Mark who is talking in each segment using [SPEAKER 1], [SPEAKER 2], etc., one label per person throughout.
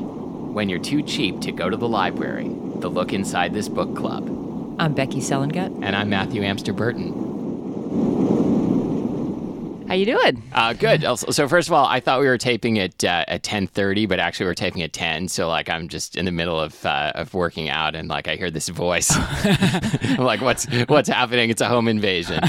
[SPEAKER 1] When You're Too Cheap to Go to the Library The Look Inside This Book Club.
[SPEAKER 2] I'm Becky Selengut.
[SPEAKER 1] And I'm Matthew Amster Burton.
[SPEAKER 2] How you doing?
[SPEAKER 1] Uh, good. Also- So first of all, I thought we were taping at uh, at ten thirty, but actually we're taping at ten. So like I'm just in the middle of uh, of working out, and like I hear this voice. I'm like, what's what's happening? It's a home invasion.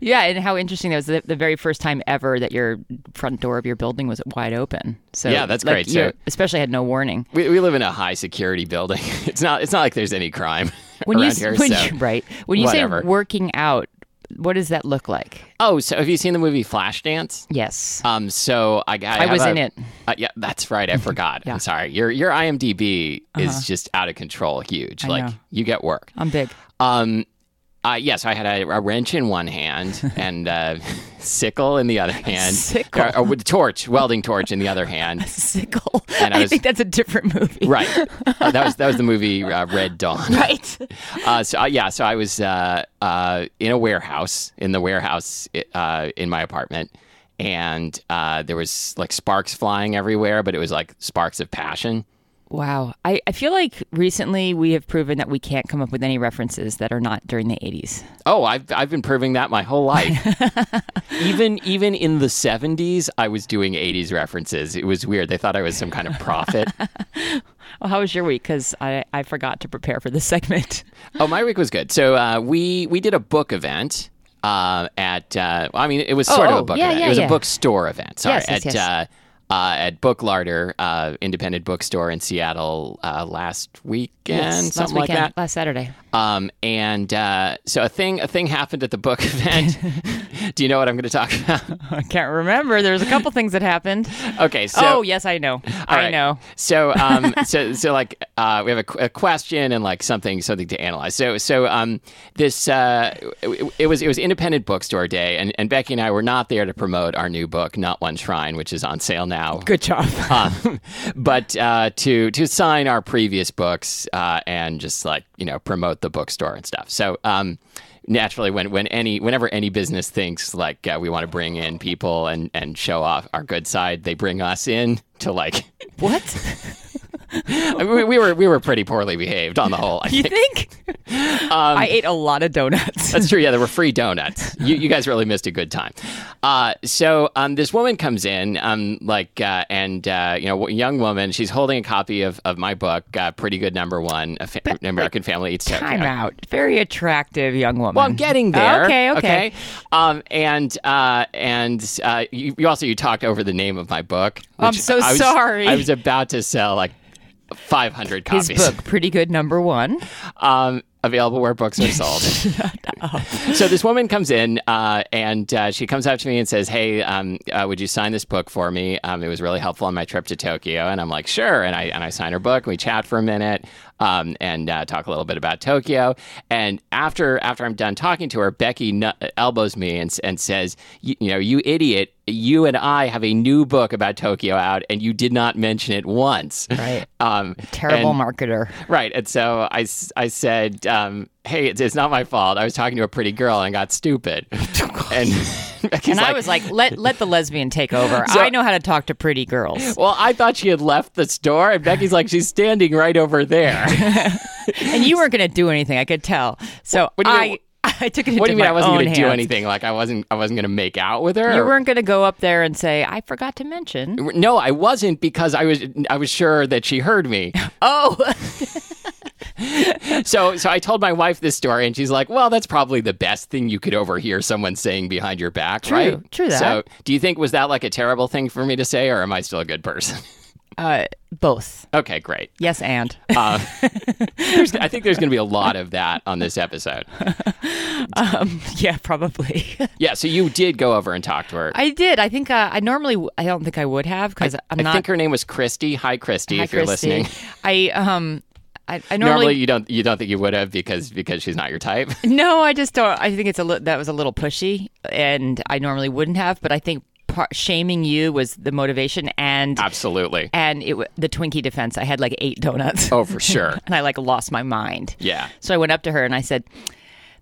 [SPEAKER 2] Yeah, and how interesting that was the, the very first time ever that your front door of your building was wide open. So
[SPEAKER 1] Yeah, that's
[SPEAKER 2] like,
[SPEAKER 1] great.
[SPEAKER 2] you
[SPEAKER 1] So-
[SPEAKER 2] especially had no warning
[SPEAKER 1] We, we live in a high security building. It's not it's not like there's any crime
[SPEAKER 2] you
[SPEAKER 1] around
[SPEAKER 2] s-
[SPEAKER 1] here.
[SPEAKER 2] when
[SPEAKER 1] so-
[SPEAKER 2] you right when you
[SPEAKER 1] whatever.
[SPEAKER 2] say working out. What does that look like?
[SPEAKER 1] Oh, so have you seen the movie Flashdance?
[SPEAKER 2] Yes,
[SPEAKER 1] Um, so I, I,
[SPEAKER 2] I,
[SPEAKER 1] have
[SPEAKER 2] was
[SPEAKER 1] a-
[SPEAKER 2] in it.
[SPEAKER 1] Uh, yeah, that's right. I forgot. I'm sorry. Your your IMDb is just out of control, huge. like
[SPEAKER 2] Uh-huh. know.
[SPEAKER 1] you get work.
[SPEAKER 2] I'm big.
[SPEAKER 1] Um, uh, yes, I had a, a wrench in one hand and a sickle in the other hand.
[SPEAKER 2] Sickle.
[SPEAKER 1] Or- or with torch, welding torch in the other hand.
[SPEAKER 2] Sickle.
[SPEAKER 1] And I
[SPEAKER 2] I
[SPEAKER 1] was-
[SPEAKER 2] think that's a different movie.
[SPEAKER 1] Right. Uh, that was that was the movie uh, Red Dawn.
[SPEAKER 2] Right.
[SPEAKER 1] Uh, so uh, yeah, so I was uh, uh, in a warehouse in the warehouse uh, in my apartment, and uh, there was like sparks flying everywhere, but it was like sparks of passion.
[SPEAKER 2] Wow. I, I feel like recently we have proven that we can't come up with any references that are not during the 80s.
[SPEAKER 1] Oh, I've I've been proving that my whole life. even even in the seventies, I was doing eighties references. It was weird. They thought I was some kind of prophet.
[SPEAKER 2] Well, how was your week? Because I, I forgot to prepare for this segment.
[SPEAKER 1] oh, my week was good. So uh, we we did a book event. Uh, at uh, I mean, it was sort of
[SPEAKER 2] oh,
[SPEAKER 1] a book
[SPEAKER 2] yeah,
[SPEAKER 1] event.
[SPEAKER 2] yeah,
[SPEAKER 1] it was
[SPEAKER 2] yeah.
[SPEAKER 1] a bookstore event. Sorry,
[SPEAKER 2] Yes, yes,
[SPEAKER 1] at
[SPEAKER 2] yes.
[SPEAKER 1] Uh, uh, at Book Larder, uh, independent bookstore in Seattle uh, last weekend, something
[SPEAKER 2] last weekend,
[SPEAKER 1] like that.
[SPEAKER 2] last Saturday.
[SPEAKER 1] Um, and uh, so a thing a thing happened at the book event. Do you know what I'm going to talk about?
[SPEAKER 2] I can't remember. There's a couple things that happened.
[SPEAKER 1] Okay, so
[SPEAKER 2] oh, yes, I know.
[SPEAKER 1] All
[SPEAKER 2] I
[SPEAKER 1] right.
[SPEAKER 2] know.
[SPEAKER 1] So, um, so, so, like, uh, we have a, qu- a question and like something, something to analyze. So, so, um, this, uh, it, it was, it was Independent Bookstore Day, and, and Becky and I were not there to promote our new book, Not One Shrine, which is on sale now,
[SPEAKER 2] Good job.
[SPEAKER 1] um, but uh, to to sign our previous books uh, and just like you know promote the bookstore and stuff. So. Um, Naturally, when, when any whenever any business thinks like uh, we want to bring in people and, and show off our good side, they bring us in to like
[SPEAKER 2] what?
[SPEAKER 1] I mean, we, we were we were pretty poorly behaved on the whole. I
[SPEAKER 2] You
[SPEAKER 1] think.
[SPEAKER 2] think? I ate a lot of donuts.
[SPEAKER 1] Um, That's true. Yeah, there were free donuts. You, you guys really missed a good time. Uh, so um, this woman comes in, um, like, uh, and uh, you know, a young woman. She's holding a copy of, of my book, uh, Pretty Good Number One, a fa- an American Family Eats Takeout.
[SPEAKER 2] Time out. Very attractive young woman.
[SPEAKER 1] Well, I'm getting there.
[SPEAKER 2] Okay, okay.
[SPEAKER 1] Um, and uh, and uh, you, you also you talked over the name of my book.
[SPEAKER 2] I'm
[SPEAKER 1] which
[SPEAKER 2] so
[SPEAKER 1] I was-
[SPEAKER 2] sorry.
[SPEAKER 1] I was about to sell like 500 copies.
[SPEAKER 2] His book, Pretty Good Number One.
[SPEAKER 1] um, available where books are sold.
[SPEAKER 2] Oh.
[SPEAKER 1] so this woman comes in uh, and uh, she comes up to me and says, "Hey, um, uh, would you sign this book for me? Um, it was really helpful on my trip to Tokyo." And I'm like, "Sure." And I and I sign her book. And we chat for a minute um, and uh, talk a little bit about Tokyo. And after after I'm done talking to her, Becky nu- elbows me and s- and says, "You you know, you idiot." You and I have a new book about Tokyo out, and you did not mention it once.
[SPEAKER 2] Right.
[SPEAKER 1] Um,
[SPEAKER 2] Terrible
[SPEAKER 1] and-
[SPEAKER 2] marketer.
[SPEAKER 1] Right. And so I, s- I said, um, hey, it's, it's not my fault. I was talking to a pretty girl and got stupid. and Becky's
[SPEAKER 2] And I
[SPEAKER 1] like,
[SPEAKER 2] was like, let let the lesbian take over. I know how to talk to pretty girls.
[SPEAKER 1] well, I thought she had left the store. And Becky's like, she's standing right over there.
[SPEAKER 2] And you weren't going to do anything. I could tell. So
[SPEAKER 1] what do you
[SPEAKER 2] I
[SPEAKER 1] mean-
[SPEAKER 2] I took it into
[SPEAKER 1] what do you mean
[SPEAKER 2] my
[SPEAKER 1] I wasn't
[SPEAKER 2] own
[SPEAKER 1] going to do
[SPEAKER 2] hands.
[SPEAKER 1] anything? Like I wasn't I wasn't going to make out with her.
[SPEAKER 2] You
[SPEAKER 1] or-
[SPEAKER 2] weren't going to go up there and say, I forgot to mention.
[SPEAKER 1] no, I wasn't because I was I was sure that she heard me.
[SPEAKER 2] Oh,
[SPEAKER 1] So so I told my wife this story and she's like, "Well, that's probably the best thing you could overhear someone saying behind your back,
[SPEAKER 2] True,
[SPEAKER 1] right?"
[SPEAKER 2] true that.
[SPEAKER 1] So, do you think was that like a terrible thing for me to say or am I still a good person?
[SPEAKER 2] uh, both.
[SPEAKER 1] Okay, great.
[SPEAKER 2] Yes, and.
[SPEAKER 1] There's, I think there's going to be a lot of that on this episode.
[SPEAKER 2] yeah, probably.
[SPEAKER 1] Yeah, so you did go over and talk to her.
[SPEAKER 2] I did. I think uh, I normally, w- I don't think I would have because I'm
[SPEAKER 1] I
[SPEAKER 2] not.
[SPEAKER 1] think her name was Christy. Hi, Christy,
[SPEAKER 2] Hi,
[SPEAKER 1] if you're
[SPEAKER 2] Christy.
[SPEAKER 1] listening.
[SPEAKER 2] I, um, I, I
[SPEAKER 1] Normally,
[SPEAKER 2] normally,
[SPEAKER 1] you don't you don't think you would have because because she's not your type.
[SPEAKER 2] no, I just don't. I think it's a li- that was a little pushy, and I normally wouldn't have. But I think par- shaming you was the motivation, and
[SPEAKER 1] Absolutely.
[SPEAKER 2] and it w- the Twinkie defense. I had like eight donuts,
[SPEAKER 1] Oh, for sure.
[SPEAKER 2] and I like lost my mind.
[SPEAKER 1] Yeah.
[SPEAKER 2] So I went up to her and I said,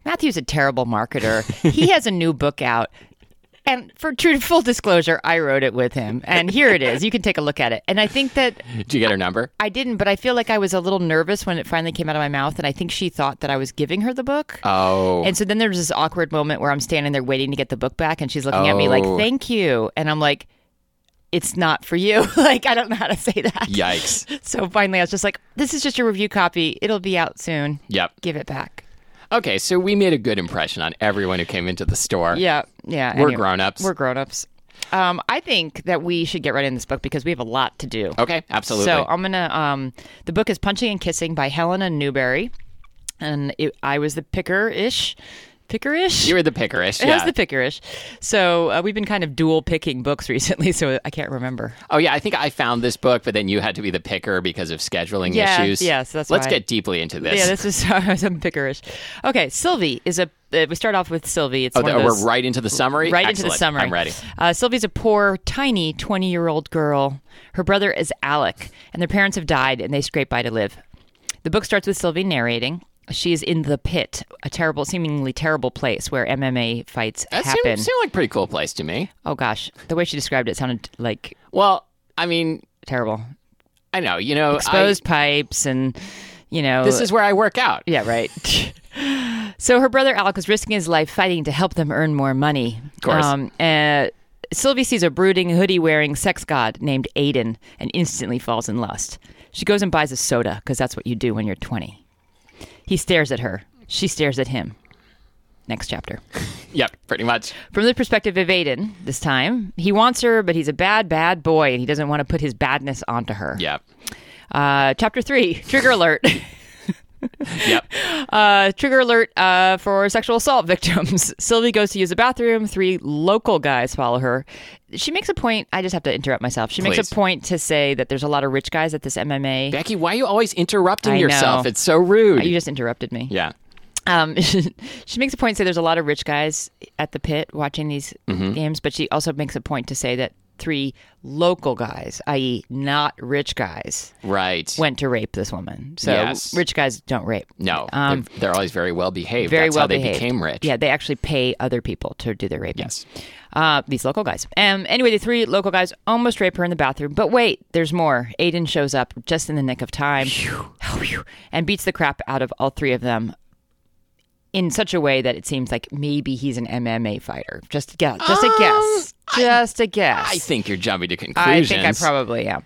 [SPEAKER 2] Matthew's a terrible marketer. He has a new book out. And for true full disclosure, I wrote it with him, and here it is. You can take a look at it. And I think that
[SPEAKER 1] Did you get her number?
[SPEAKER 2] I didn't, but I feel like I was a little nervous when it finally came out of my mouth, and I think she thought that I was giving her the book.
[SPEAKER 1] Oh,
[SPEAKER 2] And so then there's this awkward moment where I'm standing there waiting to get the book back, and she's looking at me like,
[SPEAKER 1] Oh.
[SPEAKER 2] "Thank you," and I'm like, "It's not for you." like I don't know how to say that.
[SPEAKER 1] yikes.
[SPEAKER 2] So finally, I was just like, "This is just your review copy. It'll be out soon.
[SPEAKER 1] Yep.
[SPEAKER 2] Give it back."
[SPEAKER 1] Okay, so we made a good impression on everyone who came into the store.
[SPEAKER 2] Yeah, yeah.
[SPEAKER 1] We're grown-ups.
[SPEAKER 2] We're grown-ups. Um, I think that we should get right in this book because we have a lot to do.
[SPEAKER 1] Okay, Oh, absolutely.
[SPEAKER 2] So I'm gonna. Um, the book is "Punching and Kissing" by Helena Newberry, and it, I was the picker-ish, picker-ish.
[SPEAKER 1] you were the pickerish.
[SPEAKER 2] It
[SPEAKER 1] yeah.
[SPEAKER 2] was the pickerish. So uh, we've been kind of dual picking books recently, so I can't remember.
[SPEAKER 1] oh yeah, I think I found this book, but then you had to be the picker because of scheduling
[SPEAKER 2] Yeah,
[SPEAKER 1] issues.
[SPEAKER 2] yeah, so that's
[SPEAKER 1] Let's
[SPEAKER 2] why I-
[SPEAKER 1] get deeply into this.
[SPEAKER 2] Oh, Yeah, this is some pickerish. Okay, Sylvie is a. Uh, we start off with Sylvie. It's
[SPEAKER 1] Oh,
[SPEAKER 2] one
[SPEAKER 1] th-
[SPEAKER 2] of those,
[SPEAKER 1] we're right into the summary.
[SPEAKER 2] right into the
[SPEAKER 1] Excellent.
[SPEAKER 2] summary.
[SPEAKER 1] I'm ready.
[SPEAKER 2] Uh, Sylvie's a poor, tiny 20 year old girl. Her brother is Alec, and their parents have died, and they scrape by to live. The book starts with Sylvie narrating. She is in the pit, a terrible, seemingly terrible place where MMA fights
[SPEAKER 1] That seemed,
[SPEAKER 2] happen.
[SPEAKER 1] seemed like a pretty cool place to me.
[SPEAKER 2] oh gosh, the way she described it sounded like
[SPEAKER 1] Well, I mean,
[SPEAKER 2] terrible.
[SPEAKER 1] I know, you know, I-
[SPEAKER 2] Exposed pipes and you know
[SPEAKER 1] this is where I work out.
[SPEAKER 2] Yeah, right. so her brother Alec was risking his life fighting to help them earn more money. Of
[SPEAKER 1] course.
[SPEAKER 2] uh, Sylvie sees a brooding, hoodie wearing sex god named Aiden and instantly falls in lust. She goes and buys a soda because that's what you do when you're 20. He stares at her. She stares at him. Next chapter.
[SPEAKER 1] Yep, pretty much.
[SPEAKER 2] From the perspective of Aiden, this time, he wants her, but he's a bad, bad boy and he doesn't want to put his badness onto her.
[SPEAKER 1] Yep.
[SPEAKER 2] Uh, chapter three trigger alert.
[SPEAKER 1] Yep.
[SPEAKER 2] Uh, trigger alert uh, for sexual assault victims. Sylvie goes to use the bathroom. Three local guys follow her. She makes a point. I just have to interrupt myself. She makes
[SPEAKER 1] Please.
[SPEAKER 2] a point to say that there's a lot of rich guys at this MMA.
[SPEAKER 1] Becky, why are you always interrupting
[SPEAKER 2] I know.
[SPEAKER 1] yourself? It's so rude.
[SPEAKER 2] You just interrupted me.
[SPEAKER 1] yeah.
[SPEAKER 2] Um, she makes a point to say there's a lot of rich guys at the pit watching these
[SPEAKER 1] Mm-hmm.
[SPEAKER 2] games, but she also makes a point to say that three local guys, i.e., not rich guys,
[SPEAKER 1] Right.
[SPEAKER 2] went to rape this woman. So
[SPEAKER 1] Yes.
[SPEAKER 2] rich guys don't rape.
[SPEAKER 1] no,
[SPEAKER 2] Um,
[SPEAKER 1] they're, they're always very well behaved.
[SPEAKER 2] very
[SPEAKER 1] That's
[SPEAKER 2] well
[SPEAKER 1] how they
[SPEAKER 2] behaved.
[SPEAKER 1] became rich.
[SPEAKER 2] Yeah, they actually pay other people to do their raping.
[SPEAKER 1] Yes.
[SPEAKER 2] Uh, these local guys. Um, anyway, the three local guys almost rape her in the bathroom, but wait, there's more. Aiden shows up just in the nick of time Phew. and beats the crap out of all three of them in such a way that it seems like maybe he's an MMA fighter. Just a guess. Just a guess. Just a guess.
[SPEAKER 1] Um, I think you're jumping to
[SPEAKER 2] I
[SPEAKER 1] conclusions.
[SPEAKER 2] think I probably am.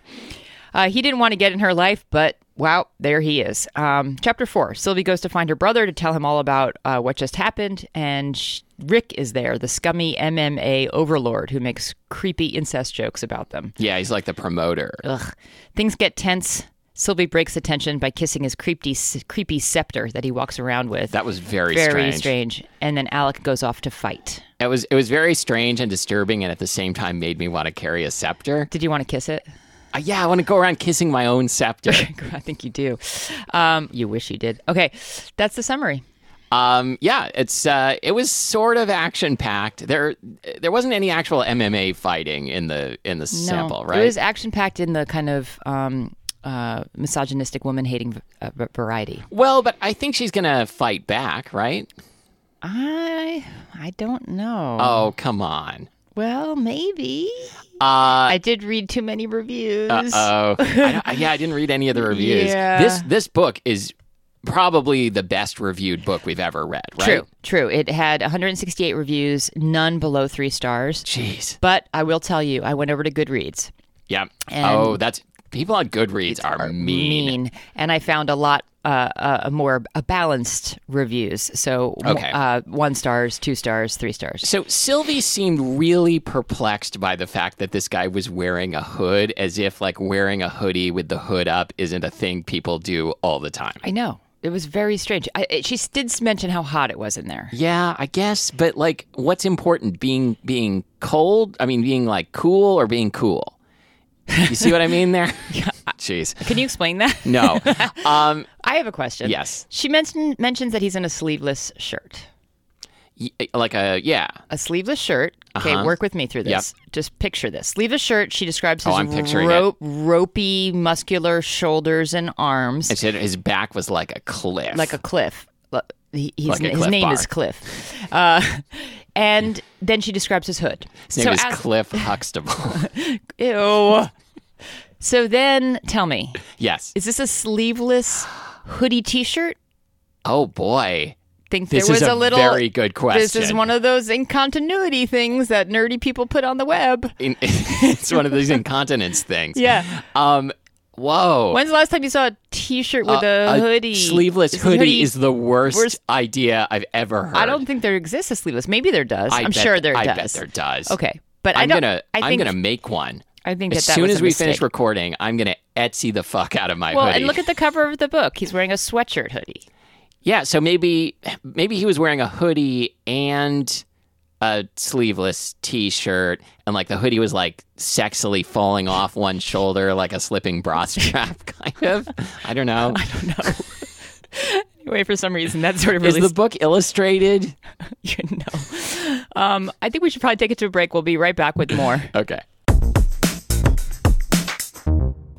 [SPEAKER 2] Uh, he didn't want to get in her life, but wow, there he is. Um, chapter four Sylvie goes to find her brother to tell him all about uh, what just happened, and sh- Rick is there, the scummy MMA overlord who makes creepy incest jokes about them.
[SPEAKER 1] Yeah, he's like the promoter.
[SPEAKER 2] Ugh. Things get tense. Sylvie breaks the tension by kissing his creepy, creepy scepter that he walks around with.
[SPEAKER 1] That was very,
[SPEAKER 2] very
[SPEAKER 1] strange.
[SPEAKER 2] strange. And then Alec goes off to fight.
[SPEAKER 1] It was it was very strange and disturbing, and at the same time made me want to carry a scepter.
[SPEAKER 2] Did you want to kiss it?
[SPEAKER 1] Uh, yeah, I want to go around kissing my own scepter.
[SPEAKER 2] I think you do. Um, you wish you did. Okay, that's the summary.
[SPEAKER 1] Um, yeah, it's uh, it was sort of action packed. There there wasn't any actual MMA fighting in the in the sample, right?
[SPEAKER 2] It was action packed in the kind of um, uh, misogynistic, woman hating uh, v- variety.
[SPEAKER 1] Well, but I think she's gonna fight back, right?
[SPEAKER 2] I I don't know.
[SPEAKER 1] Oh, come on.
[SPEAKER 2] well, maybe.
[SPEAKER 1] Uh,
[SPEAKER 2] I did read too many reviews.
[SPEAKER 1] oh, I don't- yeah, I didn't read any of the reviews.
[SPEAKER 2] Yeah.
[SPEAKER 1] This this book is probably the best reviewed book we've ever read, right?
[SPEAKER 2] True, true. It had 168 reviews, none below three stars.
[SPEAKER 1] Jeez.
[SPEAKER 2] But I will tell you, I went over to Goodreads.
[SPEAKER 1] Yeah.
[SPEAKER 2] And-
[SPEAKER 1] oh, that's people on Goodreads are, mean.
[SPEAKER 2] and I found a lot uh, uh, more uh, balanced reviews. So
[SPEAKER 1] Okay.
[SPEAKER 2] uh, one stars, two stars, three stars.
[SPEAKER 1] So Sylvie seemed really perplexed by the fact that this guy was wearing a hood, as if like wearing a hoodie with the hood up isn't a thing people do all the time.
[SPEAKER 2] I know it was very strange. I, it, she did mention how hot it was in there.
[SPEAKER 1] Yeah, I guess, but like, what's important? Being being cold? I mean, being like cool or being cool? You see what I mean there? Jeez,
[SPEAKER 2] Can you explain that?
[SPEAKER 1] no. Um,
[SPEAKER 2] I have a question.
[SPEAKER 1] Yes.
[SPEAKER 2] She mentioned mentions that he's in a sleeveless shirt.
[SPEAKER 1] y- like a yeah.
[SPEAKER 2] A sleeveless shirt.
[SPEAKER 1] Uh-huh.
[SPEAKER 2] Okay, work with me through this. Just picture this. Sleeveless shirt. She describes his
[SPEAKER 1] Oh, I'm picturing
[SPEAKER 2] rope, ropey, muscular shoulders and arms,
[SPEAKER 1] It said his back was like a cliff.
[SPEAKER 2] like a cliff. Lo- he, he's,
[SPEAKER 1] Like a
[SPEAKER 2] his
[SPEAKER 1] Cliff
[SPEAKER 2] name
[SPEAKER 1] bar.
[SPEAKER 2] is Cliff. Uh, and then she describes his hood.
[SPEAKER 1] His name
[SPEAKER 2] so
[SPEAKER 1] is
[SPEAKER 2] as-
[SPEAKER 1] Cliff Huxtable.
[SPEAKER 2] Ew. So then tell me,
[SPEAKER 1] yes.
[SPEAKER 2] is this a sleeveless hoodie t shirt?
[SPEAKER 1] Oh boy.
[SPEAKER 2] Think
[SPEAKER 1] This
[SPEAKER 2] there
[SPEAKER 1] is
[SPEAKER 2] was
[SPEAKER 1] a,
[SPEAKER 2] little
[SPEAKER 1] very good question.
[SPEAKER 2] This is one of those incontinuity things that nerdy people put on the web.
[SPEAKER 1] In- it's one of these incontinence things.
[SPEAKER 2] Yeah.
[SPEAKER 1] Um. Whoa.
[SPEAKER 2] When's the last time you saw a T-shirt with a, hoodie?
[SPEAKER 1] Uh, Sleeveless
[SPEAKER 2] Is
[SPEAKER 1] hoodie, is the worst,
[SPEAKER 2] worst-
[SPEAKER 1] idea I've ever heard.
[SPEAKER 2] I don't think there exists a sleeveless. Maybe there does.
[SPEAKER 1] I
[SPEAKER 2] am
[SPEAKER 1] bet-
[SPEAKER 2] sure there
[SPEAKER 1] I
[SPEAKER 2] does.
[SPEAKER 1] bet there does.
[SPEAKER 2] Okay, but I
[SPEAKER 1] I'm
[SPEAKER 2] don't.
[SPEAKER 1] gonna.
[SPEAKER 2] I think.
[SPEAKER 1] am gonna make one.
[SPEAKER 2] I think
[SPEAKER 1] As
[SPEAKER 2] that that
[SPEAKER 1] soon
[SPEAKER 2] was
[SPEAKER 1] as
[SPEAKER 2] a
[SPEAKER 1] we
[SPEAKER 2] mistake.
[SPEAKER 1] finish recording, I'm gonna Etsy the fuck out of my
[SPEAKER 2] Well,
[SPEAKER 1] hoodie.
[SPEAKER 2] and look at the cover of the book. He's wearing a sweatshirt hoodie.
[SPEAKER 1] yeah, so maybe maybe he was wearing a hoodie and a sleeveless T-shirt, and like the hoodie was like sexily falling off one shoulder, like a slipping bra strap, kind of. I don't know.
[SPEAKER 2] Anyway, for some reason, that sort of
[SPEAKER 1] Is
[SPEAKER 2] really.
[SPEAKER 1] the book illustrated?
[SPEAKER 2] you know. Um, I think we should probably take it to a break. We'll be right back with more.
[SPEAKER 1] Okay.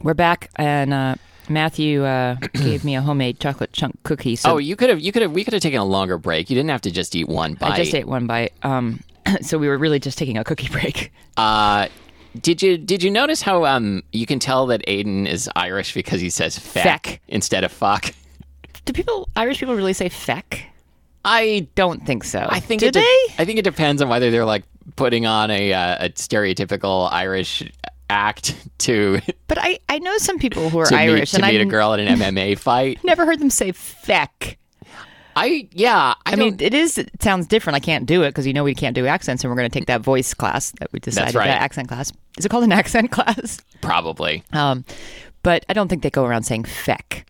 [SPEAKER 2] We're back, and uh, Matthew uh, gave me a homemade chocolate chunk cookie. So
[SPEAKER 1] Oh, you could have. You could have. We could have taken a longer break. You didn't have to just eat one bite.
[SPEAKER 2] I just ate one bite. Um, so we were really just taking a cookie break.
[SPEAKER 1] Uh, did you did you notice how um you can tell that Aiden is Irish because he says feck,
[SPEAKER 2] Feck.
[SPEAKER 1] instead of fuck?
[SPEAKER 2] Do people Irish people really say feck?
[SPEAKER 1] I
[SPEAKER 2] Don't think so.
[SPEAKER 1] I think
[SPEAKER 2] do
[SPEAKER 1] it de-
[SPEAKER 2] they?
[SPEAKER 1] I think it depends on whether they're like putting on a uh, a stereotypical Irish act to
[SPEAKER 2] But I, I know some people who are
[SPEAKER 1] to
[SPEAKER 2] Irish,
[SPEAKER 1] meet, to
[SPEAKER 2] and
[SPEAKER 1] meet a
[SPEAKER 2] I've
[SPEAKER 1] girl at an MMA fight.
[SPEAKER 2] never heard them say feck.
[SPEAKER 1] I yeah. I,
[SPEAKER 2] I mean,
[SPEAKER 1] mean
[SPEAKER 2] it is it sounds different. I can't do it because you know we can't do accents, and we're going to take that voice class that we decided
[SPEAKER 1] right.
[SPEAKER 2] that accent class. Is it called an accent class?
[SPEAKER 1] probably.
[SPEAKER 2] Um, but I don't think they go around saying feck.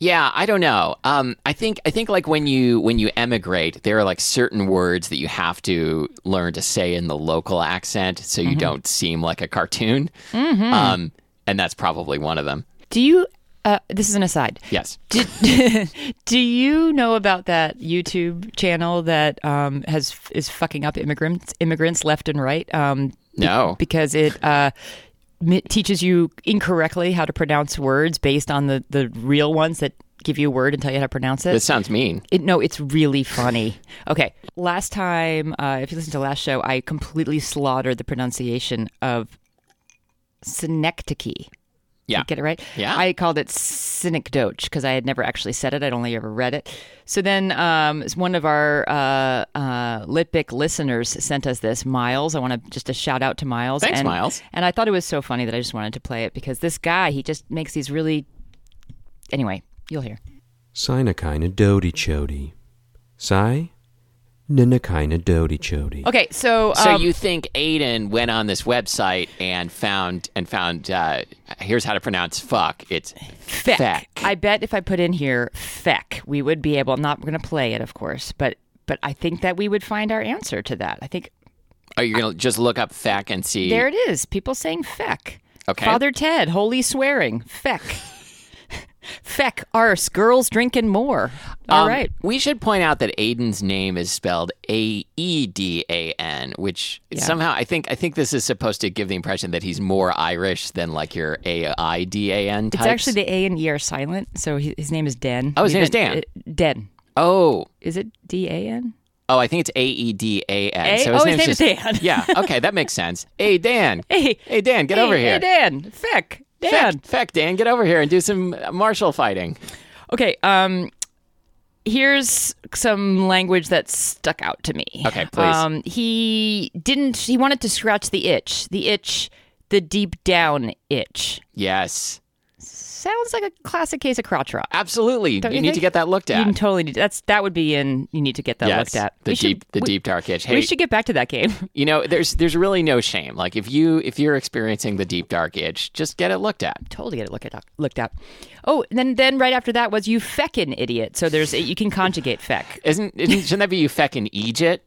[SPEAKER 1] Yeah, I don't know. Um, I think I think like when you when you emigrate, there are like certain words that you have to learn to say in the local accent, so
[SPEAKER 2] Mm-hmm.
[SPEAKER 1] you don't seem like a cartoon. Um, and that's probably one of them.
[SPEAKER 2] Do you? Uh, this is an aside.
[SPEAKER 1] Yes.
[SPEAKER 2] Did, do you know about that YouTube channel that um, has is fucking up immigrants immigrants left and right? Um,
[SPEAKER 1] No.
[SPEAKER 2] because it uh, mi- teaches you incorrectly how to pronounce words based on the, the real ones that give you a word and tell you how to pronounce it.
[SPEAKER 1] This sounds mean.
[SPEAKER 2] It, no, it's really funny. Okay. Last time, uh, if you listen to last show, I completely slaughtered the pronunciation of synecdoche.
[SPEAKER 1] Yeah.
[SPEAKER 2] Get it right?
[SPEAKER 1] Yeah.
[SPEAKER 2] I called it synecdoche because I had never actually said it. I'd only ever read it. So then um, s- one of our uh, uh, Litbic listeners sent us this, Miles. I want to just a shout out to Miles.
[SPEAKER 1] Thanks,
[SPEAKER 2] and,
[SPEAKER 1] Miles.
[SPEAKER 2] And I thought it was so funny that I just wanted to play it because this guy, he just makes these really. Anyway, you'll hear.
[SPEAKER 3] Sinakina doty chody. Sai? Ninakina doty chody.
[SPEAKER 2] Okay, so. Um,
[SPEAKER 1] So you think Aiden went on this website and found and found uh, here's how to pronounce fuck. It's
[SPEAKER 2] feck.
[SPEAKER 1] feck.
[SPEAKER 2] I bet if I put in here feck, we would be able. Not going to play it, of course, but but I think that we would find our answer to that. I think
[SPEAKER 1] Oh, you're gonna just look up feck and see.
[SPEAKER 2] there it is. People saying feck.
[SPEAKER 1] Okay.
[SPEAKER 2] Father Ted, holy swearing, feck, feck, arse, girls drinking more. All
[SPEAKER 1] Um,
[SPEAKER 2] right.
[SPEAKER 1] We should point out that Aiden's name is spelled A E D A N, which somehow I think I think this is supposed to give the impression that he's more Irish than like your A I D A N types.
[SPEAKER 2] It's actually the A and E are silent, so he, his name is Den.
[SPEAKER 1] Oh, his
[SPEAKER 2] We've
[SPEAKER 1] name is
[SPEAKER 2] been-
[SPEAKER 1] Dan.
[SPEAKER 2] uh, Den.
[SPEAKER 1] oh
[SPEAKER 2] Is it D A N?
[SPEAKER 1] oh I think it's A E D A N.
[SPEAKER 2] A- oh, his name is Dan.
[SPEAKER 1] yeah. Okay, that makes sense. Hey Dan.
[SPEAKER 2] Hey.
[SPEAKER 1] Hey Dan, get
[SPEAKER 2] Hey,
[SPEAKER 1] over here.
[SPEAKER 2] Hey, Dan. Feck. Dan.
[SPEAKER 1] Feck, feck, Dan, get over here and do some martial fighting.
[SPEAKER 2] Okay. Um, here's some language that stuck out to me.
[SPEAKER 1] Okay, please.
[SPEAKER 2] Um, he didn't. He wanted to scratch the itch. The itch. The deep down itch.
[SPEAKER 1] Yes,
[SPEAKER 2] Sounds like a classic case of crotch rot.
[SPEAKER 1] absolutely. you
[SPEAKER 2] you
[SPEAKER 1] need
[SPEAKER 2] think?
[SPEAKER 1] to get that looked
[SPEAKER 2] You
[SPEAKER 1] at.
[SPEAKER 2] can totally need that's that would be in. You need to get that
[SPEAKER 1] yes,
[SPEAKER 2] looked at.
[SPEAKER 1] the
[SPEAKER 2] We should-
[SPEAKER 1] deep, the
[SPEAKER 2] we-
[SPEAKER 1] deep dark itch. Hey,
[SPEAKER 2] We should get back to that game.
[SPEAKER 1] you know there's there's really no shame like if you if you're experiencing the deep dark itch just get it looked at
[SPEAKER 2] totally get it looked at. Looked at. Oh, and then then right after that was you feckin' idiot. So there's you can conjugate feck.
[SPEAKER 1] isn't, isn't shouldn't that be you feckin' Egypt?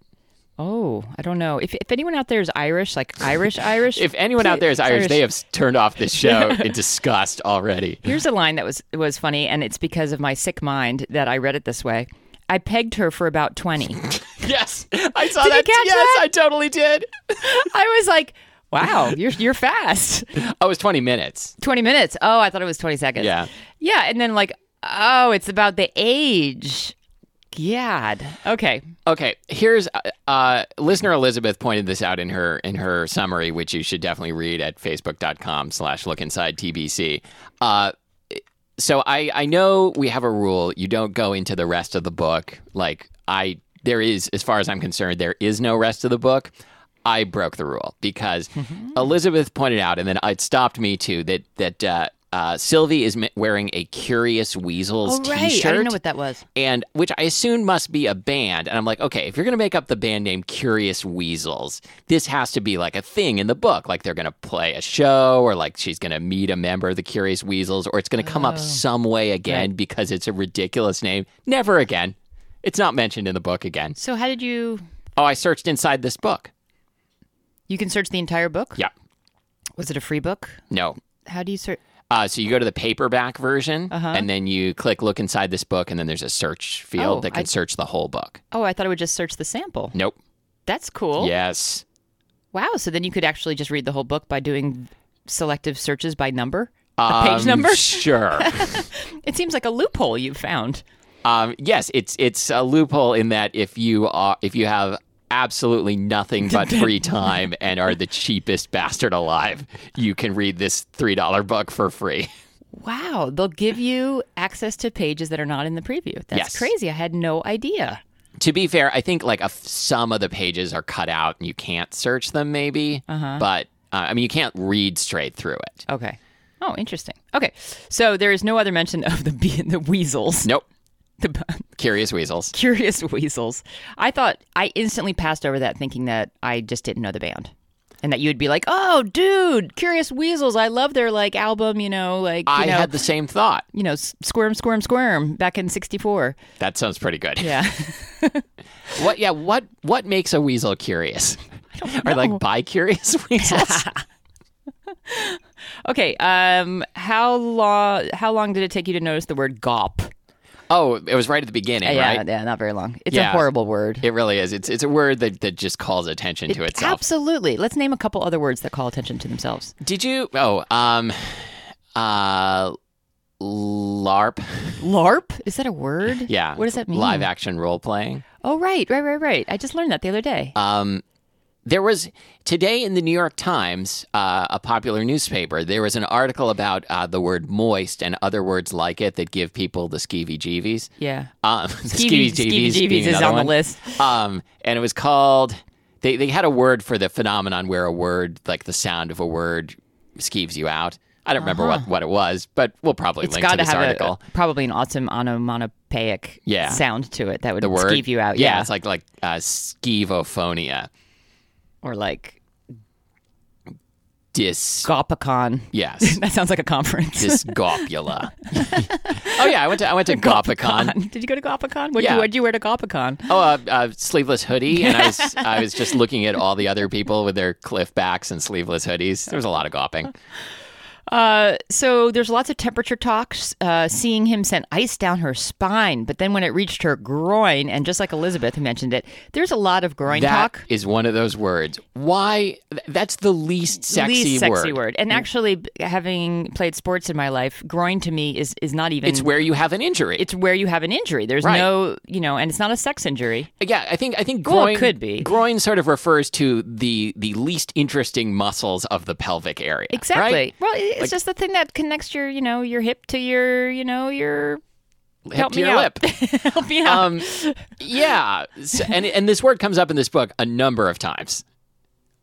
[SPEAKER 2] Oh, I don't know if if anyone out there is Irish, like Irish Irish.
[SPEAKER 1] If anyone out there is
[SPEAKER 2] please-
[SPEAKER 1] Irish, they have s- turned off this show in disgust already.
[SPEAKER 2] Here's a line that was was funny, and it's because of my sick mind that I read it this way. I pegged her for about twenty.
[SPEAKER 1] Yes, I saw
[SPEAKER 2] Did you
[SPEAKER 1] that.
[SPEAKER 2] catch
[SPEAKER 1] yes,
[SPEAKER 2] that?
[SPEAKER 1] I totally did.
[SPEAKER 2] I was like, "Wow, you're you're fast."
[SPEAKER 1] I Oh, was 20 minutes.
[SPEAKER 2] Twenty minutes. Oh, I thought it was twenty seconds.
[SPEAKER 1] Yeah.
[SPEAKER 2] yeah, and then like, oh, it's about the age. God. Okay.
[SPEAKER 1] Okay, here's uh, uh, listener Elizabeth pointed this out in her in her summary, which you should definitely read at facebook.com slash look inside TBC. Uh, so I, I know we have a rule you don't go into the rest of the book. Like I there is, as far as I'm concerned, there is no rest of the book. I broke the rule because
[SPEAKER 2] Mm-hmm.
[SPEAKER 1] Elizabeth pointed out, and then it stopped me too that that uh, uh, Sylvie is m- wearing a Curious Weasels
[SPEAKER 2] All Oh, right.
[SPEAKER 1] T-shirt
[SPEAKER 2] I didn't know what that was.
[SPEAKER 1] and which I assume must be a band. And I'm like, okay, if you're going to make up the band name Curious Weasels, this has to be like a thing in the book. Like they're going to play a show or like she's going to meet a member of the Curious Weasels or it's going to come
[SPEAKER 2] Oh.
[SPEAKER 1] up some way again because it's a ridiculous name. Never again. It's not mentioned in the book again.
[SPEAKER 2] So how did you?
[SPEAKER 1] Oh, I searched inside this book.
[SPEAKER 2] You can search the entire book.
[SPEAKER 1] Yeah.
[SPEAKER 2] Was it a free book?
[SPEAKER 1] No.
[SPEAKER 2] How do you search?
[SPEAKER 1] Uh, so you go to the paperback version
[SPEAKER 2] Uh-huh.
[SPEAKER 1] and then you click look inside this book and then there's a search field
[SPEAKER 2] Oh,
[SPEAKER 1] that can
[SPEAKER 2] I-
[SPEAKER 1] search the whole book.
[SPEAKER 2] Oh, I thought I would just search the sample.
[SPEAKER 1] Nope.
[SPEAKER 2] That's cool.
[SPEAKER 1] Yes.
[SPEAKER 2] Wow. So then you could actually just read the whole book by doing selective searches by number,
[SPEAKER 1] Um,
[SPEAKER 2] page number.
[SPEAKER 1] Sure.
[SPEAKER 2] It seems like a loophole you found.
[SPEAKER 1] Um, yes, it's it's a loophole in that if you are if you have absolutely nothing but free time and are the cheapest bastard alive, you can read this three dollar book for free.
[SPEAKER 2] Wow. They'll give you access to pages that are not in the preview. That's
[SPEAKER 1] Yes.
[SPEAKER 2] crazy. I had no idea.
[SPEAKER 1] to be fair, I think like a, f- some of the pages are cut out and you can't search them, maybe.
[SPEAKER 2] Uh-huh.
[SPEAKER 1] But uh, I mean, you can't read straight through it.
[SPEAKER 2] Okay. Oh, interesting. Okay. So there is no other mention of the bee- the weasels.
[SPEAKER 1] Nope.
[SPEAKER 2] The,
[SPEAKER 1] Curious weasels.
[SPEAKER 2] Curious Weasels. I thought I instantly passed over that thinking that I just didn't know the band. And that you would be like, "Oh, dude, Curious Weasels, I love their like album, you know, like you
[SPEAKER 1] I
[SPEAKER 2] know,
[SPEAKER 1] had the same thought.
[SPEAKER 2] you know, S- Squirm Squirm Squirm back in 64."
[SPEAKER 1] That sounds pretty good.
[SPEAKER 2] Yeah.
[SPEAKER 1] What? Yeah. What? What makes a weasel curious? Or like bi curious weasels?
[SPEAKER 2] okay, um how long how long did it take you to notice the word gop?
[SPEAKER 1] oh, it was right at the beginning,
[SPEAKER 2] Yeah,
[SPEAKER 1] right?
[SPEAKER 2] yeah, not very long. It's
[SPEAKER 1] Yeah.
[SPEAKER 2] a horrible word.
[SPEAKER 1] It really is. It's it's a word that, that just calls attention to itself.
[SPEAKER 2] Absolutely. Let's name a couple other words that call attention to themselves.
[SPEAKER 1] Did you? Oh, um, uh, LARP.
[SPEAKER 2] LARP? Is that a word?
[SPEAKER 1] Yeah.
[SPEAKER 2] What does that mean?
[SPEAKER 1] Live action role playing.
[SPEAKER 2] Oh, right, right, right, right. I just learned that the other day.
[SPEAKER 1] Um, there was today in the New York Times, uh, a popular newspaper. There was an article about uh, the word moist and other words like it that give people the skeevy jeevies.
[SPEAKER 2] yeah.
[SPEAKER 1] Um, skeevy jeevies
[SPEAKER 2] Skeevy
[SPEAKER 1] being
[SPEAKER 2] Jeebies is
[SPEAKER 1] another
[SPEAKER 2] on
[SPEAKER 1] one.
[SPEAKER 2] the list.
[SPEAKER 1] Um, and it was called. They they had a word for the phenomenon where a word, like the sound of a word, skeeves you out. I don't remember what, what it was, but we'll probably
[SPEAKER 2] Uh-huh. It's
[SPEAKER 1] link to
[SPEAKER 2] got to
[SPEAKER 1] this
[SPEAKER 2] have a-
[SPEAKER 1] article.
[SPEAKER 2] probably an awesome onomatopoeic
[SPEAKER 1] Yeah.
[SPEAKER 2] sound to it that would
[SPEAKER 1] the word
[SPEAKER 2] skeeve you out.
[SPEAKER 1] Yeah,
[SPEAKER 2] Yeah,
[SPEAKER 1] it's like like uh, skeevophonia,
[SPEAKER 2] or like
[SPEAKER 1] dis
[SPEAKER 2] Gopicon.
[SPEAKER 1] yes,
[SPEAKER 2] That sounds like a conference.
[SPEAKER 1] disgopula. oh yeah, I went to I went to Gopicon.
[SPEAKER 2] Did you go to Gopicon? What
[SPEAKER 1] Yeah.
[SPEAKER 2] yeah. would you wear to Gopicon?
[SPEAKER 1] Oh, a uh, uh, sleeveless hoodie, and I was I was just looking at all the other people with their cliff backs and sleeveless hoodies. There was a lot of gopping.
[SPEAKER 2] Uh, so there's lots of temperature talks. Uh, seeing him sent ice down her spine, but then when it reached her groin, and just like Elizabeth who mentioned it, there's a lot of groin
[SPEAKER 1] That
[SPEAKER 2] talk.
[SPEAKER 1] is one of those words. Why? th- That's the least sexy,
[SPEAKER 2] least sexy
[SPEAKER 1] word. Mm.
[SPEAKER 2] And actually, b- having played sports in my life, groin to me is is not even.
[SPEAKER 1] It's where you have an injury.
[SPEAKER 2] it's where you have an injury. There's
[SPEAKER 1] Right.
[SPEAKER 2] no, you know, and it's not a sex injury.
[SPEAKER 1] yeah, I think I think
[SPEAKER 2] Well,
[SPEAKER 1] groin
[SPEAKER 2] it could be.
[SPEAKER 1] groin sort of refers to the the least interesting muscles of the pelvic area. right?
[SPEAKER 2] Exactly. Well, it- it's just the thing that connects your, you know, your hip to your, you know, your
[SPEAKER 1] Hip
[SPEAKER 2] help
[SPEAKER 1] to
[SPEAKER 2] me
[SPEAKER 1] your lip.
[SPEAKER 2] out. help me out.
[SPEAKER 1] Um, yeah, S- and and this word comes up in this book a number of times.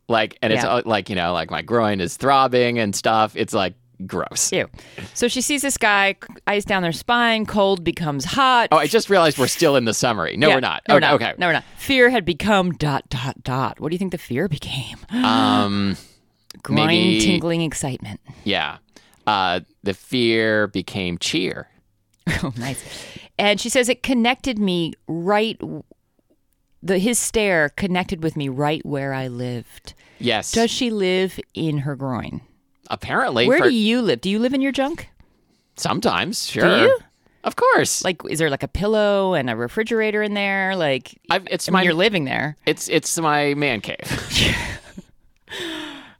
[SPEAKER 1] Like, and it's
[SPEAKER 2] Yeah.
[SPEAKER 1] uh, like you know, like my groin is throbbing and stuff. It's like gross.
[SPEAKER 2] Ew. So she sees this guy, c- ice down their spine, cold becomes hot.
[SPEAKER 1] Oh, I just realized we're still in the summary. No,
[SPEAKER 2] Yeah.
[SPEAKER 1] we're not.
[SPEAKER 2] No,
[SPEAKER 1] okay,
[SPEAKER 2] we're not.
[SPEAKER 1] okay.
[SPEAKER 2] No, we're not. Fear had become dot dot dot. What do you think the fear became?
[SPEAKER 1] Um,
[SPEAKER 2] Groin
[SPEAKER 1] maybe-
[SPEAKER 2] tingling excitement.
[SPEAKER 1] yeah. Uh, the fear became cheer.
[SPEAKER 2] Oh, nice. And she says it connected me right. The his stare connected with me right where I lived.
[SPEAKER 1] Yes.
[SPEAKER 2] Does she live in her groin?
[SPEAKER 1] Apparently,
[SPEAKER 2] Where
[SPEAKER 1] for-
[SPEAKER 2] do you live? Do you live in your junk?
[SPEAKER 1] sometimes sure.
[SPEAKER 2] you?
[SPEAKER 1] Of course.
[SPEAKER 2] Like, is there like a pillow and a refrigerator in there? Like,
[SPEAKER 1] I've, it's
[SPEAKER 2] I mean,
[SPEAKER 1] my
[SPEAKER 2] you're living there.
[SPEAKER 1] it's it's my man cave.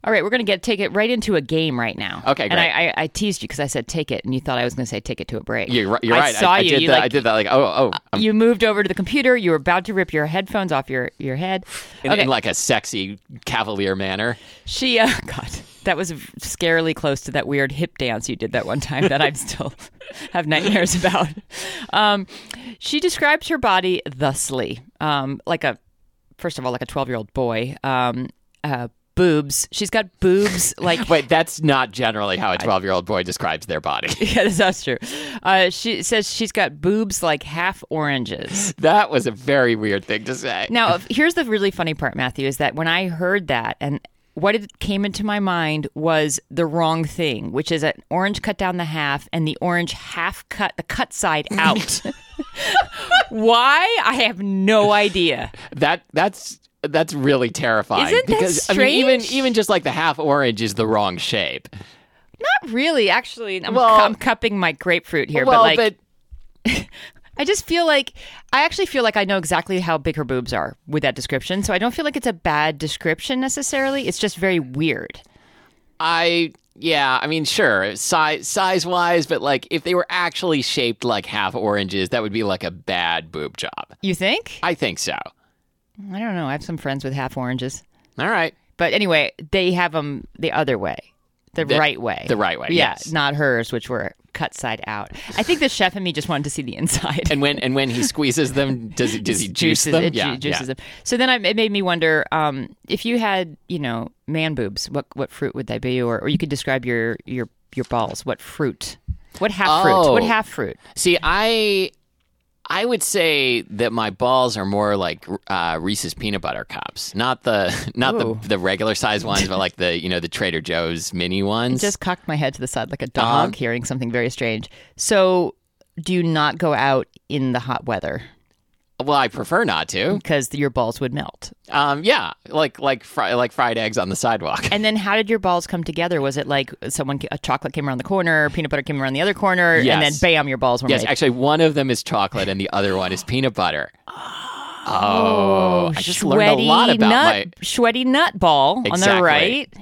[SPEAKER 2] All right, we're going to get take it right into a game right now.
[SPEAKER 1] Okay,
[SPEAKER 2] And
[SPEAKER 1] great.
[SPEAKER 2] I, I, I teased you because I said take it, and you thought I was going to say take it to a break.
[SPEAKER 1] You're, ri- you're
[SPEAKER 2] I
[SPEAKER 1] right.
[SPEAKER 2] saw
[SPEAKER 1] I,
[SPEAKER 2] you.
[SPEAKER 1] did
[SPEAKER 2] you
[SPEAKER 1] that.
[SPEAKER 2] like,
[SPEAKER 1] I did that. Like, oh, oh, I'm
[SPEAKER 2] you moved over to the computer. You were about to rip your headphones off your your head.
[SPEAKER 1] in, in like a sexy cavalier manner.
[SPEAKER 2] She, uh, God, that was scarily close to that weird hip dance you did that one time that I still have nightmares about. Um, she describes her body thusly, um, like a, first of all, like a 12 year old boy. Um, uh, boobs. She's got boobs like
[SPEAKER 1] Wait, that's not generally how a 12 year old boy describes their body.
[SPEAKER 2] yeah, that's- that's true. Uh, she says she's got boobs like half oranges.
[SPEAKER 1] that was a very weird thing to say.
[SPEAKER 2] Now, if- here's the really funny part, Matthew, is that when I heard that and what it came into my mind was the wrong thing, which is an orange cut down the half and the orange half cut the cut side out. Why? I have no idea.
[SPEAKER 1] That that's that's really terrifying.
[SPEAKER 2] Isn't that
[SPEAKER 1] because I mean, even
[SPEAKER 2] strange?
[SPEAKER 1] even just like the half orange is the wrong shape.
[SPEAKER 2] Not really, actually. I'm,
[SPEAKER 1] Well-
[SPEAKER 2] I'm cupping my grapefruit here,
[SPEAKER 1] well,
[SPEAKER 2] but like
[SPEAKER 1] but
[SPEAKER 2] I just feel like I actually feel like I know exactly how big her boobs are with that description. So I don't feel like it's a bad description necessarily. It's just very weird.
[SPEAKER 1] I yeah, I mean sure, size size wise, but like if they were actually shaped like half oranges, that would be like a bad boob job.
[SPEAKER 2] You think?
[SPEAKER 1] I think so.
[SPEAKER 2] I don't know. I have some friends with half oranges.
[SPEAKER 1] All right.
[SPEAKER 2] But anyway, they have them the other way, the, right way.
[SPEAKER 1] the right way,
[SPEAKER 2] Yeah,
[SPEAKER 1] yes.
[SPEAKER 2] not hers, which were cut side out. I think the chef and me just wanted to see the inside.
[SPEAKER 1] And when and when he squeezes them, does he does he juice
[SPEAKER 2] juices,
[SPEAKER 1] them?
[SPEAKER 2] It ju- juices them. So then I, it made me wonder um, if you had, you know, man boobs, what what fruit would they be? Or, or you could describe your your your balls. What fruit? What half fruit?
[SPEAKER 1] Oh.
[SPEAKER 2] What half fruit?
[SPEAKER 1] See, I I would say that my balls are more like uh, Reese's peanut butter cups, not the not
[SPEAKER 2] Ooh.
[SPEAKER 1] the the regular size ones, but like the you know the Trader Joe's mini ones.
[SPEAKER 2] Just cocked my head to the side like a dog
[SPEAKER 1] Uh-huh.
[SPEAKER 2] hearing something very strange. So do you not go out in the hot weather
[SPEAKER 1] well, I prefer not to.
[SPEAKER 2] because your balls would melt?
[SPEAKER 1] Um, yeah, like like fri- like fried eggs on the sidewalk.
[SPEAKER 2] And then how did your balls come together? Was it like someone a chocolate came around the corner, peanut butter came around the other corner, and then
[SPEAKER 1] Yes.
[SPEAKER 2] bam, your balls were
[SPEAKER 1] Yes,
[SPEAKER 2] made.
[SPEAKER 1] actually, one of them is chocolate and the other one is peanut butter. Oh, I just
[SPEAKER 2] sweaty
[SPEAKER 1] learned a lot about
[SPEAKER 2] nut,
[SPEAKER 1] my.
[SPEAKER 2] sweaty nut ball on
[SPEAKER 1] Exactly.
[SPEAKER 2] the right,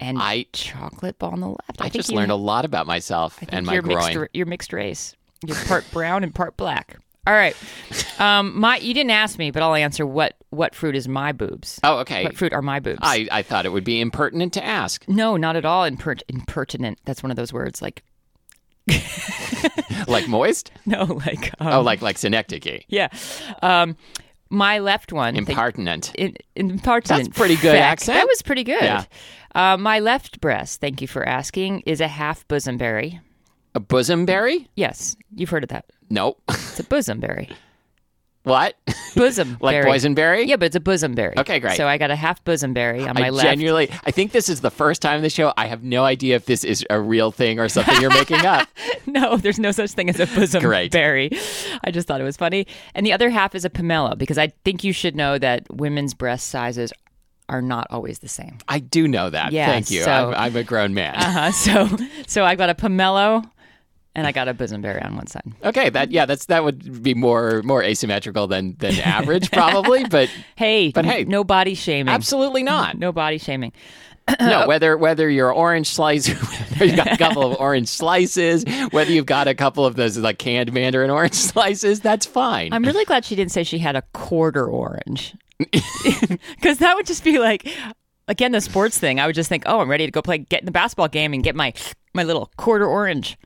[SPEAKER 2] and
[SPEAKER 1] I-
[SPEAKER 2] chocolate ball on the left.
[SPEAKER 1] I, just learned a lot about myself and my
[SPEAKER 2] you're
[SPEAKER 1] groin.
[SPEAKER 2] mixed, ra- you're mixed race. You're part brown and part black. All right, um, my you didn't ask me, but I'll answer what what fruit is my boobs.
[SPEAKER 1] oh, okay.
[SPEAKER 2] What fruit are my boobs?
[SPEAKER 1] I, I thought it would be impertinent to ask.
[SPEAKER 2] no, not at all. Impert- impertinent. That's one of those words. Like
[SPEAKER 1] Like moist?
[SPEAKER 2] no, like um,
[SPEAKER 1] Oh, like like synecdoche.
[SPEAKER 2] Yeah. Um, my left one. thank-
[SPEAKER 1] Impertinent.
[SPEAKER 2] in, in impertinent.
[SPEAKER 1] That's pretty good
[SPEAKER 2] fact.
[SPEAKER 1] accent.
[SPEAKER 2] That was pretty good.
[SPEAKER 1] Yeah.
[SPEAKER 2] Uh, my left breast, thank you for asking, is a half bosomberry.
[SPEAKER 1] A bosomberry?
[SPEAKER 2] Yes, you've heard of that.
[SPEAKER 1] Nope.
[SPEAKER 2] It's a bosomberry.
[SPEAKER 1] what?
[SPEAKER 2] Bosom.
[SPEAKER 1] like boysenberry?
[SPEAKER 2] Yeah, but it's a bosomberry.
[SPEAKER 1] Okay, great.
[SPEAKER 2] So I got a half bosomberry on my
[SPEAKER 1] I
[SPEAKER 2] left.
[SPEAKER 1] genuinely, I think this is the first time in the show. I have no idea if this is a real thing or something you're making up.
[SPEAKER 2] no, there's no such thing as a bosom
[SPEAKER 1] Great.
[SPEAKER 2] berry. I just thought it was funny. And the other half is a pomelo because I think you should know that women's breast sizes are not always the same.
[SPEAKER 1] I do know that.
[SPEAKER 2] Yeah,
[SPEAKER 1] Thank you.
[SPEAKER 2] so-
[SPEAKER 1] I'm, I'm a grown man.
[SPEAKER 2] Uh-huh. So so I got a pomelo and I got a boysenberry on one side.
[SPEAKER 1] Okay, that yeah, that's that would be more more asymmetrical than than average probably, but
[SPEAKER 2] Hey,
[SPEAKER 1] But hey,
[SPEAKER 2] no body shaming.
[SPEAKER 1] absolutely not.
[SPEAKER 2] No body shaming. Uh,
[SPEAKER 1] No, whether whether you're orange slice, whether you've got a couple of orange slices, whether you've got a couple of those like canned mandarin orange slices, that's fine.
[SPEAKER 2] I'm really glad she didn't say she had a quarter orange. Cuz that would just be like again the sports thing. I would just think, "Oh, I'm ready to go play get in the basketball game and get my my little quarter orange."